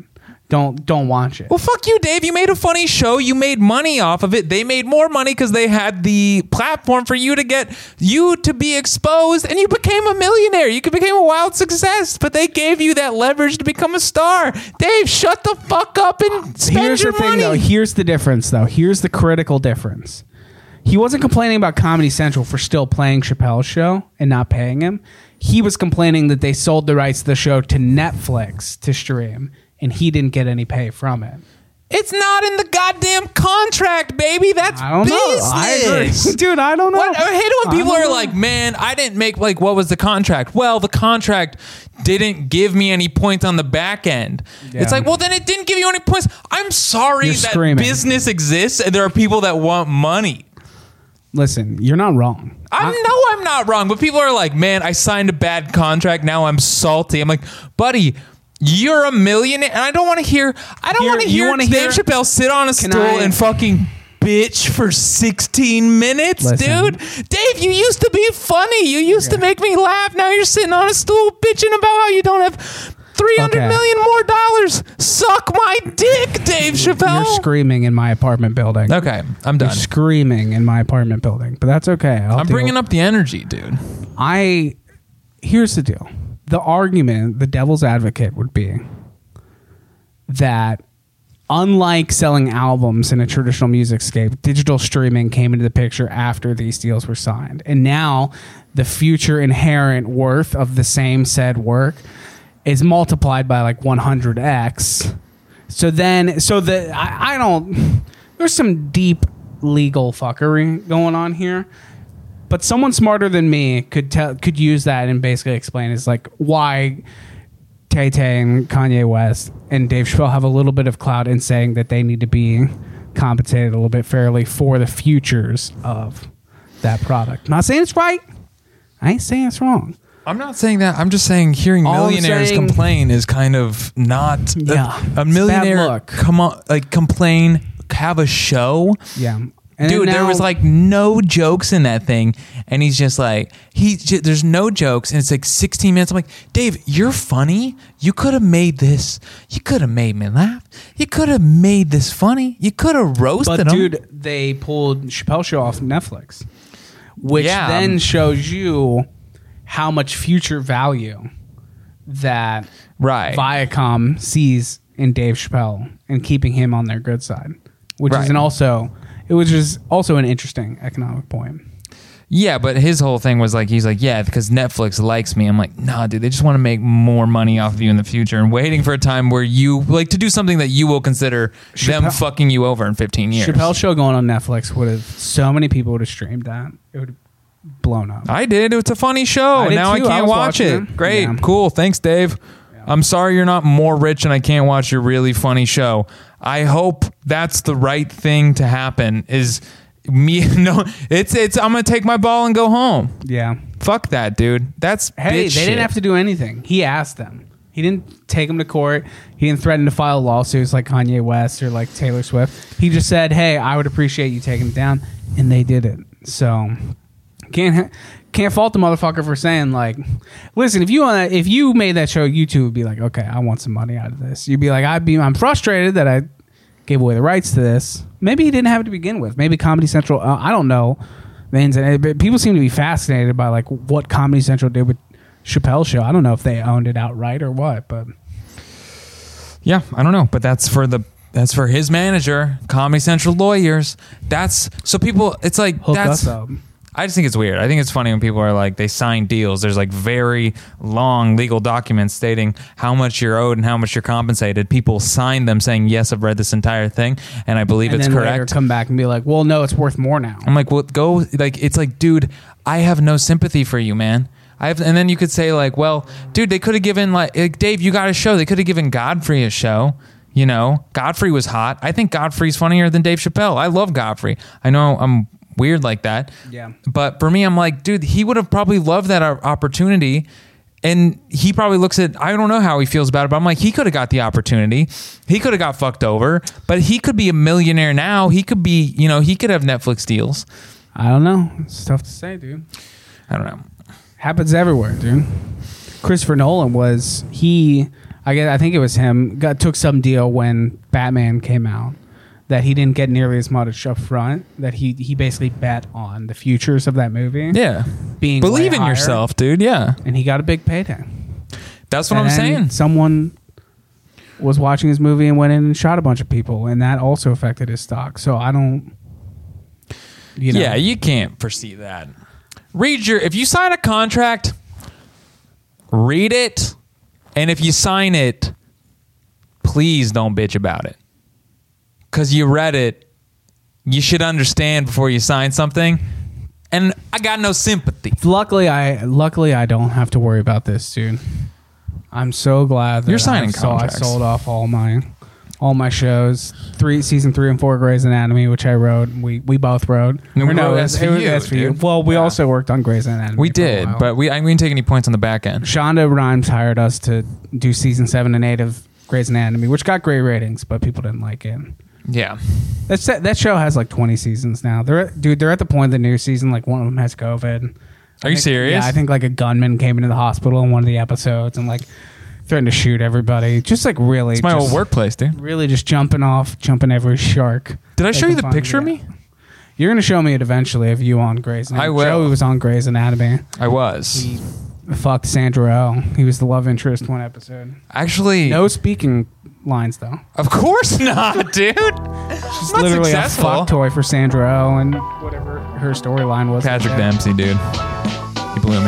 Speaker 1: don't don't watch it."
Speaker 2: Well, fuck you, Dave. You made a funny show. You made money off of it. They made more money because they had the platform for you to get you to be exposed, and you became a millionaire. You became a wild success, but they gave you that leverage to become a star. Dave, shut the fuck up and spend
Speaker 1: here's
Speaker 2: your
Speaker 1: the thing,
Speaker 2: money.
Speaker 1: though. Here's the difference, though. Here's the critical difference. He wasn't complaining about Comedy Central for still playing Chappelle's show and not paying him. He was complaining that they sold the rights to the show to Netflix to stream, and he didn't get any pay from it.
Speaker 2: It's not in the goddamn contract, baby. That's
Speaker 1: I don't know. I
Speaker 2: business.
Speaker 1: agree. Dude, I don't know.
Speaker 2: What, I hate it when
Speaker 1: I
Speaker 2: people
Speaker 1: don't
Speaker 2: are
Speaker 1: know.
Speaker 2: like, man, I didn't make, like, what was the contract? Well, the contract didn't give me any points on the back end. It's
Speaker 1: Yeah.
Speaker 2: like, well, then it didn't give you any points. I'm sorry
Speaker 1: You're
Speaker 2: that
Speaker 1: screaming.
Speaker 2: business exists and there are people that want money.
Speaker 1: listen, you're not wrong.
Speaker 2: I know I'm not wrong, but people are like, man, I signed a bad contract. Now I'm salty. I'm like, buddy. You're a millionaire, and I don't want to hear. I don't
Speaker 1: Here-
Speaker 2: want to
Speaker 1: you
Speaker 2: hear
Speaker 1: wanna
Speaker 2: Dave
Speaker 1: hear-
Speaker 2: Chappelle sit on a stool
Speaker 1: I-
Speaker 2: and fucking bitch for 16 minutes,
Speaker 1: Listen.
Speaker 2: dude. Dave, you used to be funny. You used to make me laugh. Now you're sitting on a stool bitching about how you don't have three hundred
Speaker 1: Okay.
Speaker 2: million more dollars. Suck my dick, Dave Chappelle.
Speaker 1: You're screaming in my apartment building.
Speaker 2: okay, I'm
Speaker 1: You're
Speaker 2: done.
Speaker 1: screaming in my apartment building, but that's okay. I'll
Speaker 2: I'm
Speaker 1: deal
Speaker 2: bringing up the energy, dude.
Speaker 1: I here's the deal. The argument, the devil's advocate would be that unlike selling albums in a traditional music scape, digital streaming came into the picture after these deals were signed. And now the future inherent worth of the same said work is multiplied by like 100x. So then, so the I, I don't. There's some deep legal fuckery going on here, but someone smarter than me could tell could use that and basically explain is like why Tay Tay and Kanye West and Dave Chappelle have a little bit of clout in saying that they need to be compensated a little bit fairly for the futures of that product. Not saying it's right. I ain't saying it's wrong.
Speaker 2: I'm not saying that. I'm just saying hearing
Speaker 1: All I'm
Speaker 2: millionaires
Speaker 1: saying-
Speaker 2: complain is kind of not a-
Speaker 1: Yeah.
Speaker 2: a,
Speaker 1: It's
Speaker 2: millionaire
Speaker 1: bad luck.
Speaker 2: come on like complain have a show.
Speaker 1: Yeah. And
Speaker 2: Dude, there
Speaker 1: now-
Speaker 2: was like no jokes in that thing, and he's just like he's just, there's no jokes, and it's like 16 minutes. I'm like, Dave, you're funny. You could have made this. You could have made me laugh. You could have made this funny. You could have roasted
Speaker 1: But
Speaker 2: him.
Speaker 1: dude, they pulled Chappelle Show off Netflix, which
Speaker 2: Yeah.
Speaker 1: then shows you how much future value that
Speaker 2: Right.
Speaker 1: Viacom sees in Dave Chappelle and keeping him on their good side, which
Speaker 2: Right.
Speaker 1: is an also it was just also an interesting economic point.
Speaker 2: Yeah, but his whole thing was like he's like, yeah, because Netflix likes me. I'm like, nah, dude, they just want to make more money off of you in the future, and waiting for a time where you like to do something that you will consider them
Speaker 1: Chappelle-
Speaker 2: fucking you over in 15 years.
Speaker 1: Chappelle Show going on Netflix would have so many people would have streamed that it would have blown up.
Speaker 2: I did. It's a funny show.
Speaker 1: I did
Speaker 2: now I
Speaker 1: too. I
Speaker 2: can't
Speaker 1: was
Speaker 2: watch
Speaker 1: watching
Speaker 2: it.
Speaker 1: it.
Speaker 2: Great,
Speaker 1: Yeah.
Speaker 2: cool. Thanks, Dave. I'm sorry you're not more rich and I can't watch your really funny show. I hope that's the right thing to happen. Is me no? It's it's. I'm gonna take my ball and go home.
Speaker 1: Yeah.
Speaker 2: Fuck that, dude. That's
Speaker 1: Hey,
Speaker 2: bitch
Speaker 1: they
Speaker 2: shit.
Speaker 1: didn't have to do anything. He asked them. He didn't take them to court. He didn't threaten to file lawsuits like Kanye West or like Taylor Swift. He just said, "Hey, I would appreciate you taking it down," and they did it. So can't ha- can't fault the motherfucker for saying like, "Listen, if you want, if you made that show, YouTube would be like, okay, I want some money out of this." You'd be like, "I'd be, I'm frustrated that I gave away the rights to this." Maybe he didn't have it to begin with. Maybe Comedy Central. Uh, I don't know. Man's and but people seem to be fascinated by like what Comedy Central did with Chappelle's show. I don't know if they owned it outright or what, but
Speaker 2: Yeah, I don't know, but that's for the that's for his manager, Comedy Central lawyers. That's so people. It's like
Speaker 1: hook
Speaker 2: that's.
Speaker 1: us up.
Speaker 2: I just think it's weird. I think it's funny when people are like they sign deals. There's like very long legal documents stating how much you're owed and how much you're compensated. People sign them saying, "Yes, I've read this entire thing and I believe
Speaker 1: And
Speaker 2: it's
Speaker 1: then later
Speaker 2: correct."
Speaker 1: come back and be like, well, no, it's worth more now.
Speaker 2: I'm like, well, go like it's like, dude, I have no sympathy for you, man. I have, and then you could say like, well, dude, they could have given like, like, Dave, you got a show. They could have given Godfrey a show. You know, Godfrey was hot. I think Godfrey's funnier than Dave Chappelle. I love Godfrey. I know I'm weird like that.
Speaker 1: Yeah.
Speaker 2: But for me, I'm like, dude, he would have probably loved that o- opportunity. And he probably looks at, I don't know how he feels about it, but I'm like, he could have got the opportunity. He could have got fucked over, but he could be a millionaire now. He could be, you know, he could have Netflix deals.
Speaker 1: I don't know. It's tough to say, dude.
Speaker 2: I don't know.
Speaker 1: Happens everywhere, dude. Christopher Nolan was he. I guess I think it was him. Got took some deal when Batman came out that he didn't get nearly as much up front. That he he basically bet on the futures of that movie.
Speaker 2: Yeah.
Speaker 1: being
Speaker 2: Believe
Speaker 1: way
Speaker 2: in
Speaker 1: higher,
Speaker 2: yourself, dude. Yeah.
Speaker 1: and he got a big payday.
Speaker 2: That's what
Speaker 1: And then
Speaker 2: I'm saying.
Speaker 1: Someone was watching his movie and went in and shot a bunch of people, and that also affected his stock. So I don't. You know,
Speaker 2: Yeah, you can't foresee that. Read your if you sign a contract, read it, and if you sign it, please don't bitch about it. Cause you read it, you should understand before you sign something. And I got no sympathy.
Speaker 1: luckily I luckily I don't have to worry about this, dude. I'm so glad that
Speaker 2: You're signing
Speaker 1: I, sold- I
Speaker 2: contracts.
Speaker 1: sold off all my all my shows. Three season three and four Grey's Anatomy, which I wrote. We we both wrote.
Speaker 2: No, we
Speaker 1: Or
Speaker 2: wrote
Speaker 1: it was-
Speaker 2: SVU,
Speaker 1: it was
Speaker 2: dude.
Speaker 1: Well, we
Speaker 2: Yeah.
Speaker 1: also worked on Grey's Anatomy.
Speaker 2: We
Speaker 1: for a
Speaker 2: did,
Speaker 1: while.
Speaker 2: but we I, we didn't take any points on the back end.
Speaker 1: Shonda Rhimes hired us to do season seven and eight of Grey's Anatomy, which got great ratings, but people didn't like it.
Speaker 2: Yeah.
Speaker 1: That's that, that show has like twenty seasons now. They're at- dude, they're at the point of the new season. Like one of them has COVID.
Speaker 2: Are you
Speaker 1: think-
Speaker 2: serious?
Speaker 1: Yeah, I think like a gunman came into the hospital in one of the episodes and like threatened to shoot everybody. Just like really,
Speaker 2: It's my
Speaker 1: just,
Speaker 2: old workplace, dude.
Speaker 1: Really, just jumping off, jumping every shark.
Speaker 2: Did I
Speaker 1: they
Speaker 2: show you
Speaker 1: can
Speaker 2: the
Speaker 1: find
Speaker 2: picture of
Speaker 1: it.
Speaker 2: me?
Speaker 1: You're gonna show me it eventually if you on Grey's. Anatomy.
Speaker 2: I will.
Speaker 1: Joey was on Grey's Anatomy.
Speaker 2: I was.
Speaker 1: He fucked Sandra Oh. He was the love interest one episode.
Speaker 2: Actually
Speaker 1: No speaking lines though.
Speaker 2: Of course not, dude.
Speaker 1: Just
Speaker 2: not
Speaker 1: literally
Speaker 2: successful.
Speaker 1: a fuck toy for Sandra Oh and whatever her storyline was.
Speaker 2: Patrick
Speaker 1: Yeah.
Speaker 2: Dempsey, dude. He blew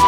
Speaker 2: me.